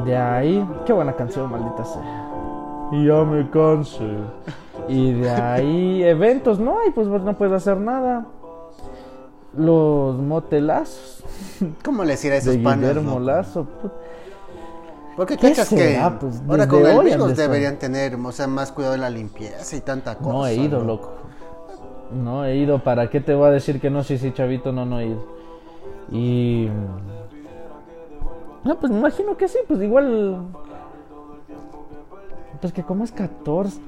Speaker 2: De ahí, qué buena canción, maldita sea. Y ya me cansé. Y de ahí, eventos no hay, pues no puedes hacer nada. Los motelazos
Speaker 1: ¿Cómo les irá a esos
Speaker 2: de
Speaker 1: panas?
Speaker 2: Guillermo
Speaker 1: loco?
Speaker 2: Lazo. pu-
Speaker 1: Porque
Speaker 2: ¿Qué
Speaker 1: cachas que
Speaker 2: será? Pues,
Speaker 1: ahora
Speaker 2: desde
Speaker 1: con el
Speaker 2: hoy han
Speaker 1: virus
Speaker 2: de estar.
Speaker 1: deberían tener, o sea, más cuidado en la limpieza y tanta cosa.
Speaker 2: No he ido,
Speaker 1: ¿no?
Speaker 2: loco. No he ido. ¿Para qué te voy a decir que no? Sí, sí, chavito, no, no he ido. Y. No, pues me imagino que sí, pues igual. Pues que como es 14.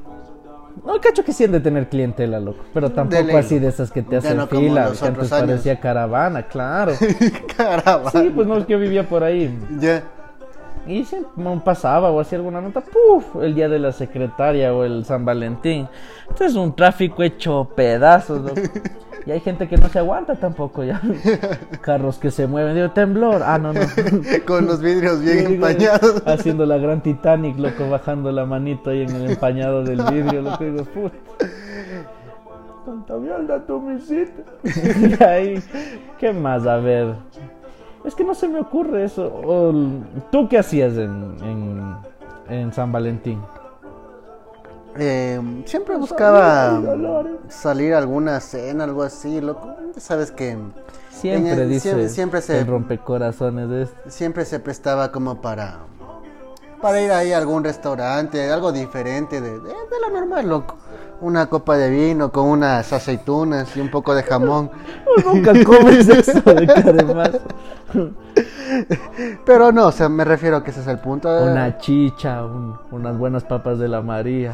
Speaker 2: No, cacho que sí han de tener clientela, loco. Pero tampoco
Speaker 1: ley,
Speaker 2: así de esas que te
Speaker 1: Ya
Speaker 2: hacen
Speaker 1: no como
Speaker 2: fila,
Speaker 1: los
Speaker 2: que antes
Speaker 1: otros años.
Speaker 2: parecía caravana, claro.
Speaker 1: Caramba.
Speaker 2: Sí, pues no, es que yo vivía por ahí.
Speaker 1: Ya.
Speaker 2: Y siempre me pasaba o hacía alguna nota, ¡puf! El día de la secretaria o el San Valentín. Esto es un tráfico hecho pedazos, loco. Y hay gente que no se aguanta tampoco ya. Carros que se mueven, digo, temblor. Ah, no, no.
Speaker 1: Con los vidrios bien
Speaker 2: Digo,
Speaker 1: empañados.
Speaker 2: Haciendo la gran Titanic, loco, bajando la manito ahí en el empañado del vidrio, loco. Digo, puta. Tanta mierda tú me hiciste. Y ahí, ¿qué más? A ver. Es que no se me ocurre eso. O el- ¿Tú qué hacías en, en, en San Valentín?
Speaker 1: Eh, siempre
Speaker 2: sabía,
Speaker 1: buscaba
Speaker 2: mi dolor.
Speaker 1: salir a alguna cena, algo así, loco. Sabes que En
Speaker 2: Siempre
Speaker 1: el-
Speaker 2: dice
Speaker 1: siempre- siempre se-
Speaker 2: el rompecorazones de este.
Speaker 1: siempre se prestaba como para para ir ahí a algún restaurante, algo diferente de, de, de lo normal, loco. Una copa de vino con unas aceitunas y un poco de jamón.
Speaker 2: Nunca comes eso de caremazo.
Speaker 1: Pero no, o sea, me refiero a que ese es el punto.
Speaker 2: Una chicha, un- unas buenas papas de la María.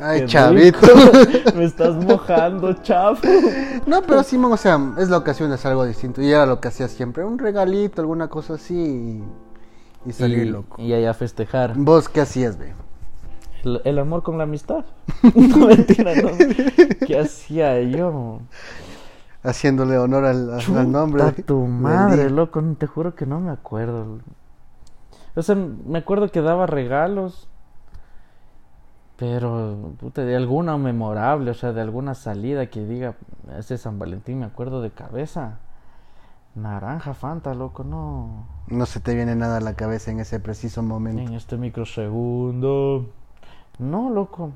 Speaker 1: Ay,
Speaker 2: Qué
Speaker 1: chavito.
Speaker 2: rico. Me estás mojando, chavo.
Speaker 1: No, pero sí, o sea, es la ocasión, es algo distinto. Y era lo que hacía siempre, un regalito, alguna cosa así y, y salir, loco.
Speaker 2: y allá a festejar.
Speaker 1: ¿Vos qué hacías, ve?
Speaker 2: El, el amor con la amistad. No mentira, no. ¿Qué hacía yo?
Speaker 1: Haciéndole honor al, al nombre.
Speaker 2: Chuta
Speaker 1: de-
Speaker 2: tu
Speaker 1: del
Speaker 2: madre,
Speaker 1: día.
Speaker 2: loco. Te juro que no me acuerdo. O sea, me acuerdo que daba regalos. Pero, puta, de alguna memorable, o sea, de alguna salida que diga, ese San Valentín me acuerdo de cabeza. Naranja, Fanta, loco, no.
Speaker 1: No se te viene nada a la cabeza en ese preciso momento.
Speaker 2: En este microsegundo. No, loco.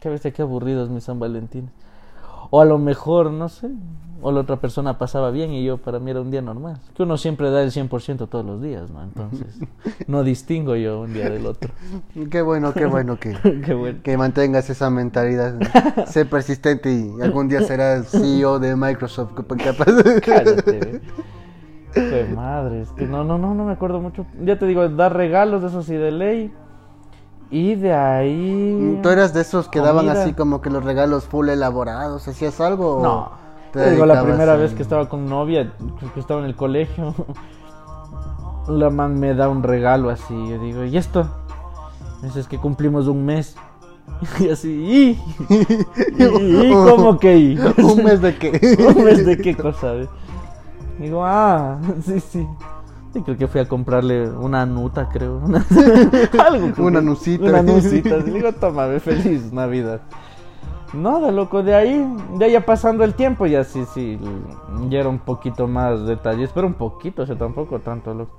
Speaker 2: Qué bestia, qué aburrido es mi San Valentín. O a lo mejor, no sé. O la otra persona pasaba bien y yo para mí era un día normal. Que uno siempre da el 100% todos los días, ¿no? Entonces, no distingo yo un día del otro.
Speaker 1: Qué bueno, qué bueno que,
Speaker 2: qué bueno.
Speaker 1: que mantengas esa mentalidad. ¿no? sé persistente y algún día serás CEO de Microsoft. capaz.
Speaker 2: Cállate. Fue madre, es que no, no, no, no me acuerdo mucho. Ya te digo, dar regalos, de eso sí, de ley. Y de ahí.
Speaker 1: ¿Tú eras de esos que daban
Speaker 2: Comida.
Speaker 1: así como que los regalos full elaborados? ¿Hacías algo? o
Speaker 2: No.
Speaker 1: te
Speaker 2: Te digo, la
Speaker 1: dedicabas
Speaker 2: primera
Speaker 1: a-
Speaker 2: vez que estaba con novia, pues, que estaba en el colegio, la man me da un regalo así. Yo digo, ¿y esto? Me dice, es que cumplimos un mes. Y así, ¿y? ¿Y, y cómo que y?
Speaker 1: ¿Un mes de qué?
Speaker 2: ¿Un mes de qué cosa? ve? Digo, ah, sí, sí. Y creo que fui a comprarle una nuta, creo. una- Algo. creo
Speaker 1: Una
Speaker 2: que-
Speaker 1: nucita.
Speaker 2: Una nucita. Le digo, toma, ve, feliz Navidad. Nada, loco, de ahí, ya ya pasando el tiempo, ya sí, sí, ya era un poquito más detalles, pero un poquito, o sea, tampoco tanto, loco.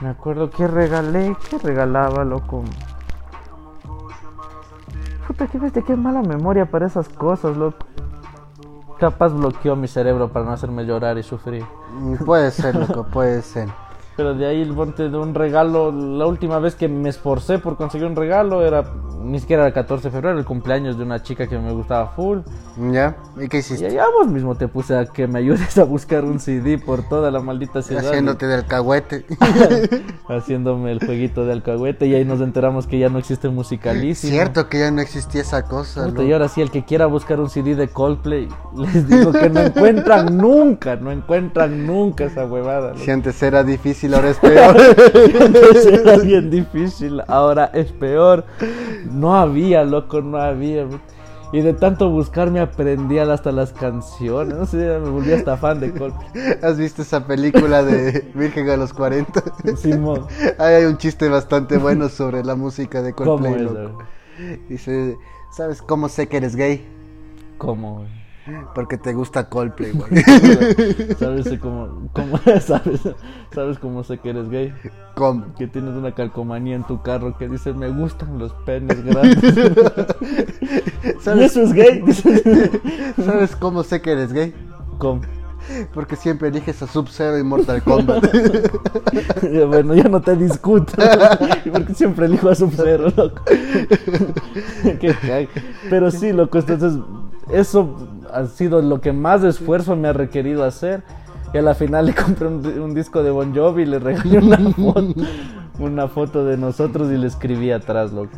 Speaker 2: Me acuerdo que regalé, que regalaba, loco. Puta, Puta, qué bestia, qué mala memoria para esas cosas, loco. Capaz bloqueó mi cerebro para no hacerme llorar y sufrir.
Speaker 1: Mm, Puede ser, loco, puede ser.
Speaker 2: Pero de ahí el monte de un regalo, la última vez que me esforcé por conseguir un regalo era ni siquiera era el 14 de febrero, el cumpleaños de una chica que me gustaba full.
Speaker 1: ¿Ya? ¿Y qué
Speaker 2: Y
Speaker 1: hiciste?
Speaker 2: allá vos mismo te puse a que me ayudes a buscar un CD por toda la maldita ciudad.
Speaker 1: Haciéndote del cagüete.
Speaker 2: Haciéndome el jueguito de alcahuete y ahí nos enteramos que ya no existe musicalísimo.
Speaker 1: Cierto que ya no existía esa cosa,
Speaker 2: Puta,
Speaker 1: loco.
Speaker 2: y ahora sí, el que quiera buscar un CD de Coldplay, les digo que no encuentran nunca, no encuentran nunca esa huevada. loco.
Speaker 1: Si antes era difícil, ahora es peor.
Speaker 2: Antes era bien difícil, ahora es peor. No había, loco, no había. Y de tanto buscar me aprendí hasta las canciones. No sé, me volví hasta fan de Coldplay.
Speaker 1: ¿Has visto esa película de Virgen a los 40?
Speaker 2: Simón,
Speaker 1: Ahí hay un chiste bastante bueno sobre la música de
Speaker 2: ¿cómo
Speaker 1: Coldplay.
Speaker 2: es?
Speaker 1: loco.
Speaker 2: güey?
Speaker 1: Dice, ¿sabes cómo sé que eres gay?
Speaker 2: ¿Cómo? güey?
Speaker 1: Porque te gusta Coldplay, güey.
Speaker 2: ¿Sabes cómo, cómo, sabes, sabes cómo sé que eres gay?
Speaker 1: ¿Cómo?
Speaker 2: Que tienes una calcomanía en tu carro que dice me gustan los penes grandes. ¿Y
Speaker 1: ¿Sabes,
Speaker 2: eso es gay? Dices,
Speaker 1: ¿Sabes cómo sé que eres gay?
Speaker 2: ¿Cómo?
Speaker 1: Porque siempre eliges a Sub-Zero y Mortal Kombat.
Speaker 2: Bueno, ya no te discuto. Porque siempre elijo a Sub-Zero, loco. Qué cag- Pero sí, loco, entonces eso ha sido lo que más esfuerzo me ha requerido hacer. Y a la final le compré un, di- un disco de Bon Jovi y le regalé una foto, una foto de nosotros y le escribí atrás, loco.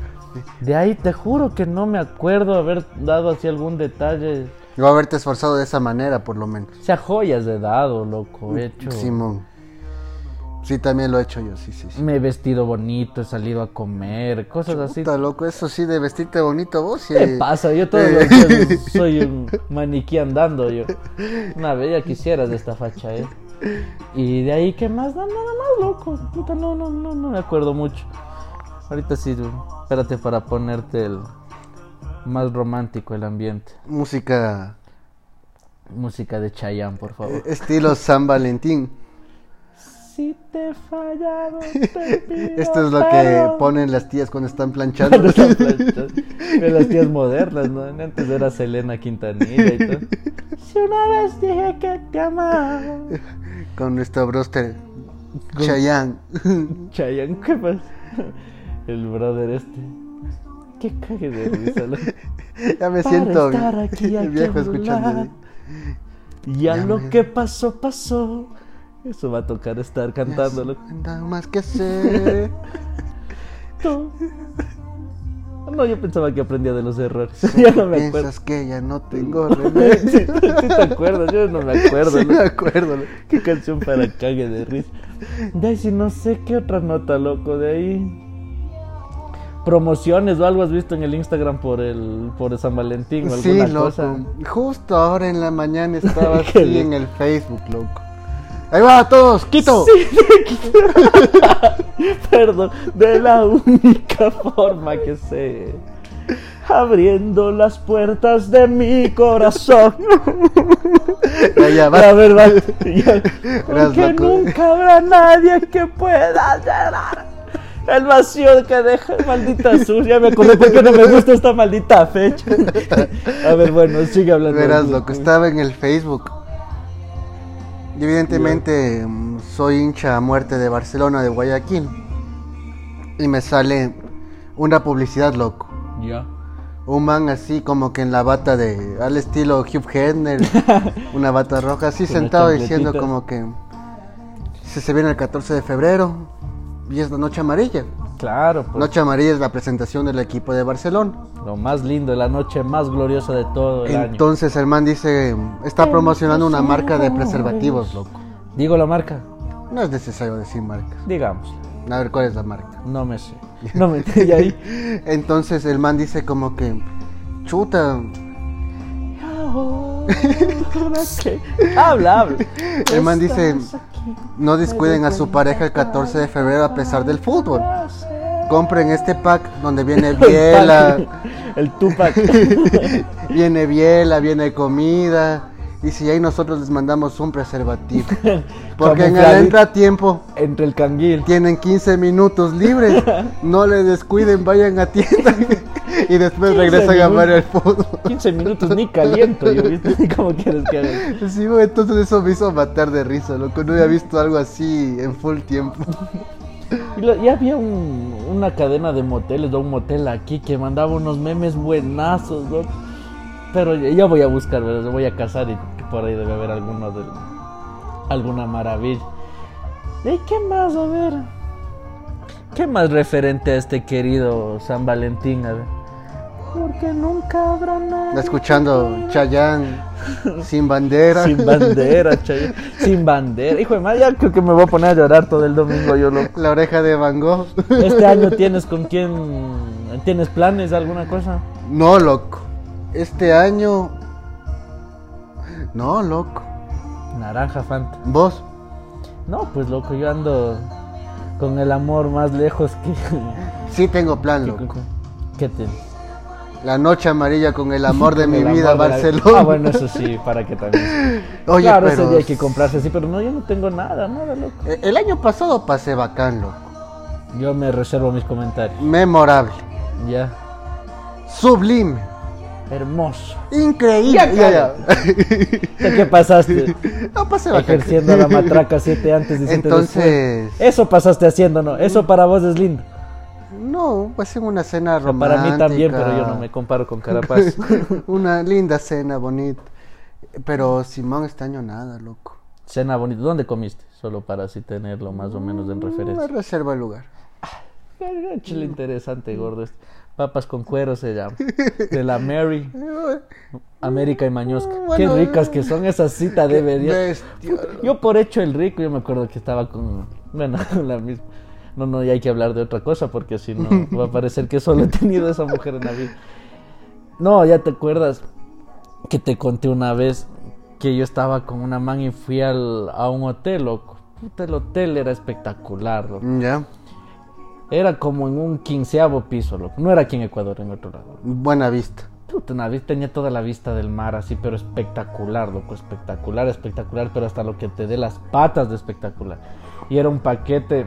Speaker 2: De ahí te juro que no me acuerdo haber dado así algún detalle.
Speaker 1: No haberte esforzado de esa manera, por lo menos.
Speaker 2: O sea, joyas de dado, loco, hecho.
Speaker 1: Simón. Sí, también lo he hecho yo, sí, sí, sí.
Speaker 2: Me he vestido bonito, he salido a comer, cosas así.
Speaker 1: Puta, loco, eso sí, de vestirte bonito vos. eh, Sí.
Speaker 2: ¿Qué pasa? Yo todos los
Speaker 1: eh.
Speaker 2: días soy un maniquí andando yo. Una vez ya quisieras de esta facha, ¿eh? Y de ahí, ¿qué más? No, nada más, loco. Puta, no, no, no, no me acuerdo mucho. Ahorita sí, espérate para ponerte el más romántico el ambiente.
Speaker 1: Música
Speaker 2: Música de Chayanne, por favor.
Speaker 1: eh, estilo San Valentín.
Speaker 2: Si te he fallado, te pido
Speaker 1: Esto es lo que
Speaker 2: perdón.
Speaker 1: ponen las tías cuando están planchando.
Speaker 2: Cuando están planchas. De las tías modernas, ¿no? Antes era Selena Quintanilla y todo. Si una vez dije que te amaba.
Speaker 1: Con nuestro broster Chayanne.
Speaker 2: Chayanne, ¿qué pasa? El brother este. Qué cague de risa. loco.
Speaker 1: ya me
Speaker 2: Para
Speaker 1: siento
Speaker 2: estar
Speaker 1: bien.
Speaker 2: aquí,
Speaker 1: el
Speaker 2: aquí
Speaker 1: viejo
Speaker 2: a tu
Speaker 1: escuchando. ¿eh?
Speaker 2: lado. Ya
Speaker 1: Ya
Speaker 2: lo
Speaker 1: me-
Speaker 2: que pasó, pasó. Eso va a tocar estar cantándolo.
Speaker 1: Nada más que hacer.
Speaker 2: Tú. No, yo pensaba que aprendía de los errores. Ya no me acuerdo.
Speaker 1: Piensas que ya no tengo
Speaker 2: Sí,
Speaker 1: remedio.
Speaker 2: sí te acuerdas, yo no me acuerdo.
Speaker 1: Sí,
Speaker 2: loco.
Speaker 1: me acuerdo.
Speaker 2: Qué canción para cague de risa. De ahí sí no sé qué otra nota, loco, de ahí. Promociones o algo has visto en el Instagram por el por San Valentín o
Speaker 1: Sí,
Speaker 2: alguna
Speaker 1: loco.
Speaker 2: cosa.
Speaker 1: Justo ahora en la mañana estaba
Speaker 2: Qué
Speaker 1: así
Speaker 2: bien.
Speaker 1: en el Facebook, loco. Ahí va, todos, quito.
Speaker 2: Perdón, de la única forma que sé. Abriendo las puertas de mi corazón.
Speaker 1: Ya, ya,
Speaker 2: A
Speaker 1: va.
Speaker 2: ver, va. ya. Porque
Speaker 1: loco.
Speaker 2: nunca habrá nadie que pueda llenar el vacío que deja maldita sur. Ya me acordé porque no me gusta esta maldita fecha. A ver, bueno, sigue hablando.
Speaker 1: Verás, loco, estaba en el Facebook. Y evidentemente mm, soy hincha a muerte de Barcelona, de Guayaquil. Y me sale una publicidad, loco.
Speaker 2: Ya.
Speaker 1: Un man así como que en la bata de... al estilo Hugh Hefner, una bata roja, así
Speaker 2: Con la
Speaker 1: sentado diciendo
Speaker 2: chancletita.
Speaker 1: como que... Se, se viene el 14 de febrero y es la noche amarilla.
Speaker 2: Claro, pues,
Speaker 1: Noche amarilla es la presentación del equipo de Barcelona.
Speaker 2: lo más lindo, la noche más gloriosa de todo el año.
Speaker 1: Entonces el man dice, está promocionando una marca de preservativos, loco.
Speaker 2: Digo la marca,
Speaker 1: No es necesario decir marcas.
Speaker 2: digamos.
Speaker 1: A ver, ¿cuál es la marca?
Speaker 2: No me sé. No me y ahí.
Speaker 1: Entonces el man dice como que, chuta,
Speaker 2: Ahora que- Habla, habla.
Speaker 1: el man dice, no descuiden a su pareja el 14 de febrero a pesar del fútbol. Compren este pack donde viene biela,
Speaker 2: El Tupac.
Speaker 1: viene biela, viene comida. Y si ahí nosotros les mandamos un preservativo. Porque en el
Speaker 2: Camufladito.
Speaker 1: entra tiempo
Speaker 2: Entre el canguil.
Speaker 1: tienen 15 minutos libres. No le descuiden, vayan a tienda. y después
Speaker 2: 15
Speaker 1: regresan a
Speaker 2: minutos.
Speaker 1: Mario al fútbol.
Speaker 2: 15 minutos ni caliento, yo, ¿viste? ¿Cómo quieres que haga?
Speaker 1: Sí, güey, entonces eso me hizo matar de risa, loco. No había visto algo así en full tiempo.
Speaker 2: Y, lo- y había un- una cadena de moteles, o un motel aquí que mandaba unos memes buenazos, ¿no? Pero ya, ya voy a buscar, ¿verdad? voy a cazar y por ahí debe haber alguno de, alguna maravilla. ¿Y qué más? A ver. ¿Qué más referente a este querido San Valentín? A ver. Porque nunca habrá nada.
Speaker 1: Escuchando Chayanne sin bandera.
Speaker 2: Sin bandera, chay. Sin bandera. Hijo de madre, ya creo que me voy a poner a llorar todo el domingo, yo loco.
Speaker 1: La oreja de Van Gogh.
Speaker 2: ¿Este año tienes con quién? ¿Tienes planes de alguna cosa?
Speaker 1: No, loco. Este año. No, loco.
Speaker 2: Naranja Fanta.
Speaker 1: ¿Vos?
Speaker 2: No, pues loco, yo ando con el amor más lejos que.
Speaker 1: Sí tengo plan,
Speaker 2: que-
Speaker 1: loco.
Speaker 2: ¿Qué tienes?
Speaker 1: La noche amarilla con el amor de
Speaker 2: Con
Speaker 1: mi
Speaker 2: el
Speaker 1: vida,
Speaker 2: amor de la-
Speaker 1: Barcelona.
Speaker 2: Ah, bueno, eso sí, para que también.
Speaker 1: Oye,
Speaker 2: claro,
Speaker 1: pero
Speaker 2: ese día hay que comprarse así, pero no, yo no tengo nada, nada, loco.
Speaker 1: eh, El año pasado pasé bacán, loco.
Speaker 2: Yo me reservo mis comentarios.
Speaker 1: Memorable.
Speaker 2: Ya.
Speaker 1: Sublime.
Speaker 2: Hermoso.
Speaker 1: Increíble.
Speaker 2: Ya,
Speaker 1: Ya, ya.
Speaker 2: ¿De qué pasaste?
Speaker 1: No pasé bacán.
Speaker 2: Ejerciendo la matraca siete antes y siete
Speaker 1: Entonces,
Speaker 2: después. Eso pasaste haciendo, ¿no? Eso para vos es lindo.
Speaker 1: no, pasé una cena
Speaker 2: Pero
Speaker 1: romántica.
Speaker 2: Para mí también, pero yo no me comparo con Carapaz.
Speaker 1: Una linda cena, bonita. Pero Simón este año nada, loco.
Speaker 2: Cena bonita. ¿Dónde comiste? Solo para así tenerlo más o menos en
Speaker 1: Me
Speaker 2: referencia.
Speaker 1: reserva el lugar.
Speaker 2: Verga, Chile interesante, gordo. este. Papas con cuero se llama. De la Mary. América y Mañosca. Qué
Speaker 1: Bueno,
Speaker 2: ricas que son esas citas debería.
Speaker 1: bestia,
Speaker 2: Puta, Yo por hecho el rico, yo me acuerdo que estaba con. Bueno, la misma. No, no, ya hay que hablar de otra cosa porque si no va a parecer que solo he tenido esa mujer en la vida. No, ya te acuerdas que te conté una vez que yo estaba con una man y fui al, a un hotel, loco. Puta, el hotel era espectacular, loco.
Speaker 1: Ya.
Speaker 2: Era como en un quinceavo piso, loco. No era aquí en Ecuador, en otro lado.
Speaker 1: Buena vista.
Speaker 2: Puta, una vez tenía toda la vista del mar así, pero espectacular, loco, espectacular, espectacular, pero hasta lo que te dé las patas de espectacular. Y era un paquete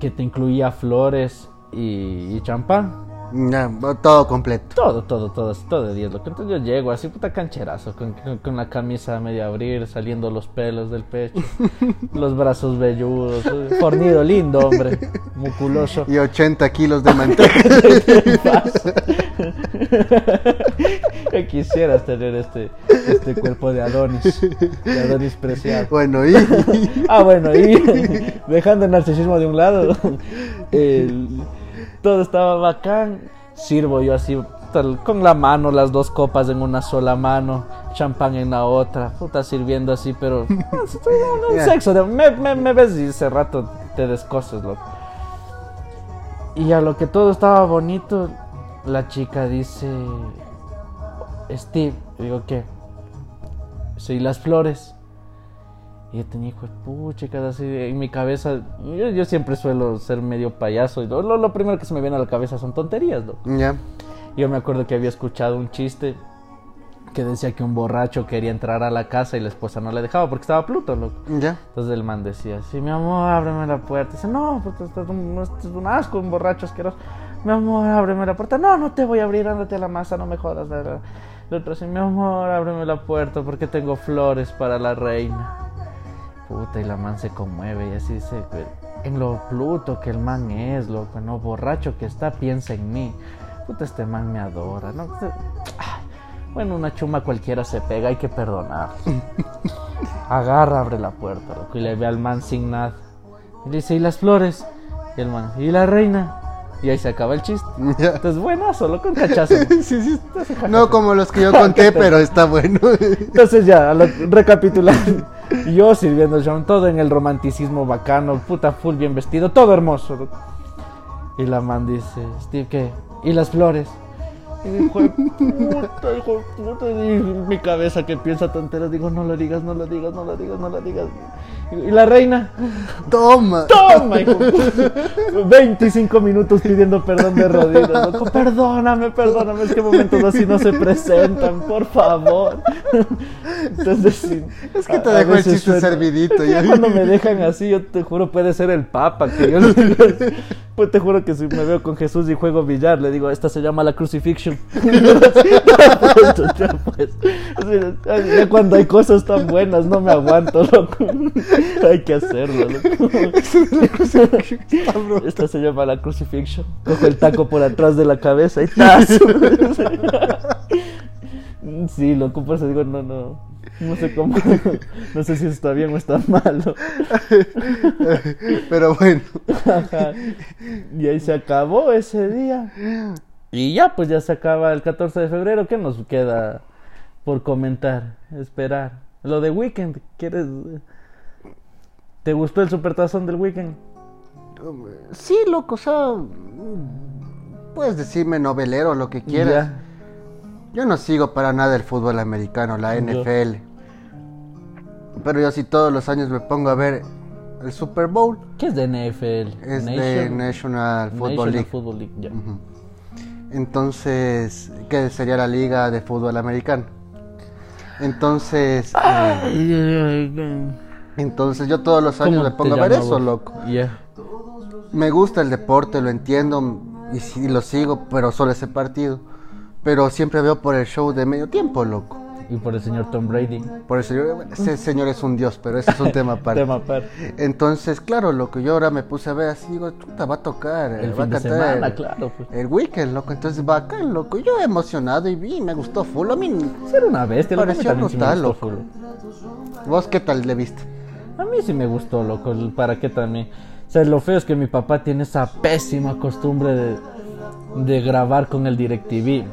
Speaker 2: que te incluía flores y, y champán.
Speaker 1: Ya, todo completo.
Speaker 2: Todo, todo, todo, así, todo de 10, loco. Entonces yo llego así, puta cancherazo, con, con- con la camisa a medio abrir, saliendo los pelos del pecho, los brazos velludos, eh, fornido, lindo, hombre, musculoso.
Speaker 1: Y 80 kilos de manteca.
Speaker 2: Ya quisieras tener este, este cuerpo de Adonis, de Adonis preciado.
Speaker 1: bueno, y.
Speaker 2: Ah, bueno, y dejando el narcisismo de un lado, el- todo estaba bacán. Sirvo yo así, tal- con la mano, las dos copas en una sola mano, champán en la otra, puta sirviendo así, pero. ah, estoy dando un
Speaker 1: Ya.
Speaker 2: sexo, de- me, me- me ves y ese rato te descoses, loco. Y a lo que todo estaba bonito, la chica dice: Steve, digo, ¿qué? Sí, las flores. Y yo tenía, hijo de pucha, cada así de- en mi cabeza. Yo, yo siempre suelo ser medio payaso. Y lo, lo- lo primero que se me viene a la cabeza son tonterías, loco.
Speaker 1: ya.
Speaker 2: Yo me acuerdo que había escuchado un chiste que decía que un borracho quería entrar a la casa y la esposa no le dejaba porque estaba Pluto, loco.
Speaker 1: Ya.
Speaker 2: Entonces el man decía, sí, mi amor, ábreme la puerta. Dice, no, puta, esto es un, esto es un asco, un borracho asqueroso. Mi amor, ábreme la puerta. No, no te voy a abrir, ándate a la masa, no me jodas. la, la, la". El otro dice, mi amor, ábreme la puerta porque tengo flores para la reina. Puta, y la man se conmueve y así dice, "Pero en lo pluto que el man es, loco, no borracho que está, piensa en mí. Puta, este man me adora, ¿no? Ay, Bueno, una chuma cualquiera se pega, hay que perdonar. Agarra, abre la puerta, loco, y le ve al man sin nada. Y le dice, ¿y las flores? Y el man, ¿y la reina? Y ahí se acaba el chiste.
Speaker 1: Ya.
Speaker 2: Entonces, buenazo, loco, un cachazo.
Speaker 1: Sí, sí, está- No como los que yo conté, pero está bueno.
Speaker 2: Entonces ya, a lo- recapitulando, yo sirviendo John, todo en el romanticismo bacano, puta full bien vestido, todo hermoso. loco. Y la man dice, Steve, ¿qué? ¿Y las flores? Y hijo de puta, hijo de puta, y mi cabeza que piensa tonteras, digo, no lo digas, no lo digas, no lo digas, no lo digas. Y la reina,
Speaker 1: Toma.
Speaker 2: toma, hijo. 25 minutos pidiendo perdón de rodillas, loco. Perdóname, perdóname, es que momentos así no se presentan, por favor. Entonces, sí,
Speaker 1: Es que te
Speaker 2: a- a
Speaker 1: dejó el
Speaker 2: veces
Speaker 1: chiste
Speaker 2: suena-
Speaker 1: servidito.
Speaker 2: Ya
Speaker 1: ya.
Speaker 2: cuando me dejan así, yo te juro, puede ser el papa, que yo no- Pues te juro que si me veo con Jesús y juego billar, le digo, esta se llama la crucifixion. Ya pues, ya pues. O sea, ya cuando hay cosas tan buenas, no me aguanto, loco. Hay que hacerlo, loco.
Speaker 1: Está bruto.
Speaker 2: Esta se llama la crucifixion. Cojo el taco por atrás de la cabeza y ¡tas! Sí, loco, por eso digo, no, no. No sé cómo. No sé si está bien o está malo.
Speaker 1: Pero bueno,
Speaker 2: Ajá. Y ahí se acabó ese día. Y ya, pues ya se acaba el 14 de febrero. ¿Qué nos queda por comentar? Esperar. Lo de Weekend, ¿quieres? ¿Te gustó el supertazón del Weekend?
Speaker 1: sí, loco, o sea, mm, puedes decirme novelero, lo que quieras. Yo no sigo para nada el fútbol americano, la
Speaker 2: Ya.
Speaker 1: NFL. Pero yo sí todos los años me pongo a ver el Super Bowl.
Speaker 2: ¿Qué es de NFL?
Speaker 1: Es de
Speaker 2: Nation-
Speaker 1: National Football
Speaker 2: National
Speaker 1: League.
Speaker 2: Football League, ya.
Speaker 1: Entonces, ¿qué sería la liga de fútbol americano? Entonces,
Speaker 2: Ah.
Speaker 1: eh, entonces yo todos los años
Speaker 2: ¿Cómo
Speaker 1: me pongo
Speaker 2: te
Speaker 1: a ver
Speaker 2: llamas
Speaker 1: eso,
Speaker 2: vos?
Speaker 1: loco.
Speaker 2: Ya.
Speaker 1: Me gusta el deporte, lo entiendo y, sí lo sigo, pero solo ese partido. Pero siempre veo por el show de medio tiempo, loco.
Speaker 2: Y por el señor Tom Brady.
Speaker 1: Por eso yo, bueno, ese señor es un dios, pero ese es un tema aparte.
Speaker 2: Tema aparte.
Speaker 1: Entonces, claro, loco, yo ahora me puse a ver así, digo, chuta, va a tocar, eh,
Speaker 2: El
Speaker 1: va
Speaker 2: fin
Speaker 1: a
Speaker 2: de
Speaker 1: cantar
Speaker 2: semana,
Speaker 1: el-
Speaker 2: claro. Pues.
Speaker 1: El weekend, loco, entonces bacán, loco. Yo emocionado y vi, me gustó full. A mí,
Speaker 2: Ser una bestia, loco, a mí
Speaker 1: Pareció
Speaker 2: también sí me
Speaker 1: brutal,
Speaker 2: gustó
Speaker 1: loco.
Speaker 2: full.
Speaker 1: ¿vos qué tal le viste?
Speaker 2: A mí sí me gustó, loco, el para qué también. O sea, lo feo es que mi papá tiene esa pésima costumbre de, de grabar con el DirecTV.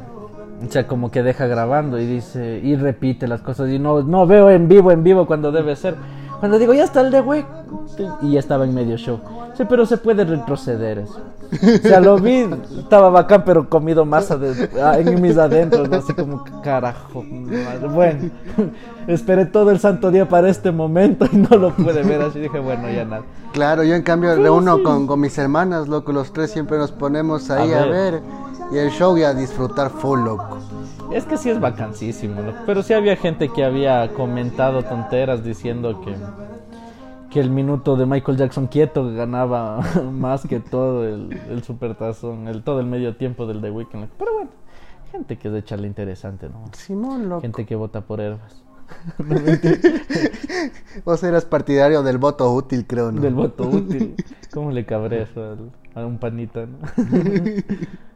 Speaker 2: O sea, como que deja grabando y dice, y repite las cosas. Y no, no veo en vivo, en vivo cuando debe ser. Cuando digo, ya está el de güey. Y ya estaba en medio show. Sí, pero se puede retroceder eso. O sea, lo vi, estaba bacán, pero comido masa de- ah, en mis adentros, ¿no? así como que, carajo. madre". Bueno, esperé todo el santo día para este momento y no lo pude ver, así dije, bueno, ya nada.
Speaker 1: Claro, yo en cambio reúno con, con mis hermanas, loco, los tres siempre nos ponemos ahí a
Speaker 2: A
Speaker 1: ver.
Speaker 2: ver.
Speaker 1: y el show y a disfrutar full, loco.
Speaker 2: Es que sí es vacancísimo, ¿no? pero sí había gente que había comentado tonteras diciendo que, que el minuto de Michael Jackson quieto ganaba más que todo el, el supertazón, el, todo el medio tiempo del The Weeknd. Pero bueno, gente que es de charla interesante, ¿no?
Speaker 1: Simón, loco.
Speaker 2: Gente que vota por herbas.
Speaker 1: Vos eras partidario del voto útil, creo, ¿no?
Speaker 2: Del voto útil. ¿Cómo le cabré eso al- a un panita, no?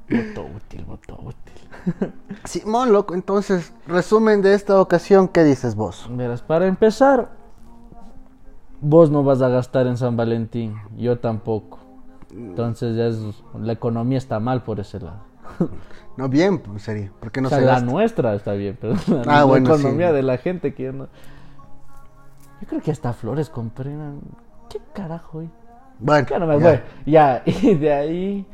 Speaker 2: voto útil, voto útil.
Speaker 1: Simón, loco, entonces, resumen de esta ocasión, ¿qué dices vos?
Speaker 2: Verás, para empezar, vos no vas a gastar en San Valentín, yo tampoco. Entonces ya es, la economía está mal por ese lado.
Speaker 1: No, bien, pues, sería, porque no
Speaker 2: o sea,
Speaker 1: se
Speaker 2: la
Speaker 1: gasta.
Speaker 2: nuestra está bien, pero la,
Speaker 1: Ah,
Speaker 2: la
Speaker 1: bueno, sí.
Speaker 2: economía de la gente que ya no... Yo creo que hasta flores compré. ¿no? ¿Qué carajo, eh?
Speaker 1: Bueno,
Speaker 2: Ya no me
Speaker 1: ya.
Speaker 2: voy. Ya, y de ahí,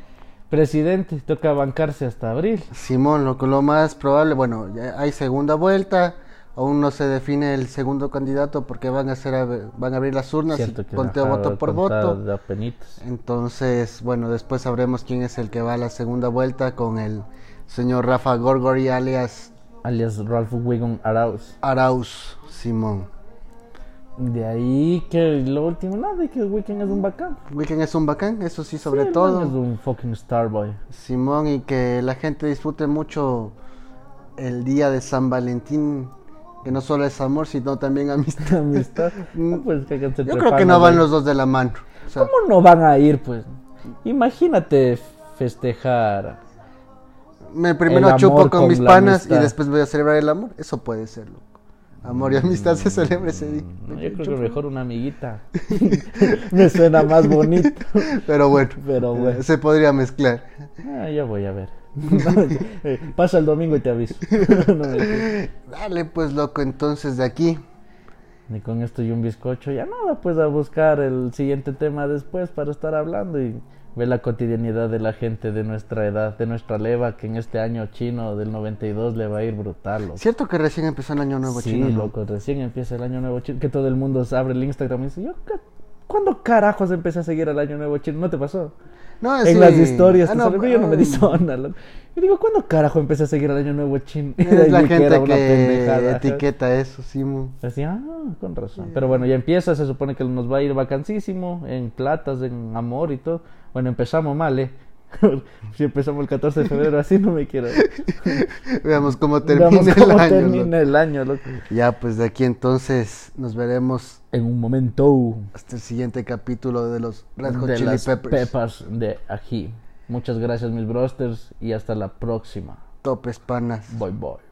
Speaker 2: presidente, toca bancarse hasta abril.
Speaker 1: Simón, lo, lo más probable, bueno, ya hay segunda vuelta, aún no se define el segundo candidato porque van a hacer a- van a abrir las urnas y
Speaker 2: Cierto que
Speaker 1: conteo
Speaker 2: ajá,
Speaker 1: voto por
Speaker 2: contar
Speaker 1: voto.
Speaker 2: de apenitas.
Speaker 1: Entonces, bueno, después sabremos quién es el que va a la segunda vuelta con el señor Rafa Gorgori alias
Speaker 2: Alias Ralph Wiggum Arauz.
Speaker 1: Arauz Simón.
Speaker 2: De ahí que lo último, nada, de que el Weekend es un bacán.
Speaker 1: Weekend es un bacán, eso sí, sobre
Speaker 2: Sí, el man Es
Speaker 1: todo.
Speaker 2: un fucking Starboy.
Speaker 1: Simón, y que la gente disfrute mucho el día de San Valentín, que no solo es amor, sino también amistad.
Speaker 2: Amistad. No, pues, que hagan
Speaker 1: Mm. Yo
Speaker 2: entre
Speaker 1: creo que
Speaker 2: panas,
Speaker 1: no van
Speaker 2: güey.
Speaker 1: los dos de la mano. O sea,
Speaker 2: ¿Cómo no van a ir, pues? Imagínate festejar.
Speaker 1: me primero
Speaker 2: El
Speaker 1: chupo
Speaker 2: amor
Speaker 1: con
Speaker 2: con
Speaker 1: mis
Speaker 2: la
Speaker 1: panas y
Speaker 2: amistad.
Speaker 1: después voy a celebrar el amor. Eso puede ser, loco. Amor y amistad se celebra ese día.
Speaker 2: Mm, ¿no? Yo creo que mejor una amiguita. Me suena más bonito.
Speaker 1: Pero bueno, eh,
Speaker 2: Pero bueno.
Speaker 1: se podría mezclar.
Speaker 2: Ah, ya voy a ver. Eh, Pasa el domingo y te aviso. No, mentira.
Speaker 1: Dale, pues, loco, entonces de aquí.
Speaker 2: Ni con esto y un bizcocho, ya nada, pues a buscar el siguiente tema después para estar hablando y ver la cotidianidad de la gente de nuestra edad, de nuestra leva, que en este año chino del 92 le va a ir brutal. Loco.
Speaker 1: Cierto que recién empezó el año nuevo
Speaker 2: sí,
Speaker 1: chino. ¿no?
Speaker 2: loco, recién empieza el año nuevo chino, que todo el mundo se abre el Instagram y dice, yo, ca- ¿cuándo carajos empecé a seguir el año nuevo chino? ¿No te pasó?
Speaker 1: No,
Speaker 2: en
Speaker 1: sí.
Speaker 2: las historias.
Speaker 1: Ah,
Speaker 2: que
Speaker 1: no,
Speaker 2: salen, pero yo no me
Speaker 1: mm.
Speaker 2: disona. lo- Yo digo, ¿cuándo carajo empecé a seguir el año nuevo chin? Y de
Speaker 1: Es
Speaker 2: ahí
Speaker 1: la
Speaker 2: vi que era
Speaker 1: gente
Speaker 2: una
Speaker 1: que
Speaker 2: pendejada.
Speaker 1: etiqueta eso, Simón.
Speaker 2: Así, ah, con razón. Pero bueno, ya empieza, se supone que nos va a ir vacancísimo, en platas, en amor y todo. Bueno, empezamos mal, ¿eh? si empezamos el 14 de febrero, así no me quiero.
Speaker 1: Veamos cómo termina
Speaker 2: Veamos
Speaker 1: el
Speaker 2: cómo
Speaker 1: año.
Speaker 2: termina el año, loco.
Speaker 1: loco. Ya, pues de aquí entonces nos veremos
Speaker 2: En un momento
Speaker 1: hasta el siguiente capítulo de los Red Hot
Speaker 2: de
Speaker 1: Chili
Speaker 2: las
Speaker 1: Peppers.
Speaker 2: pepas de ají. Muchas gracias, mis brosters, y hasta la próxima.
Speaker 1: Topes panas.
Speaker 2: Bye, bye.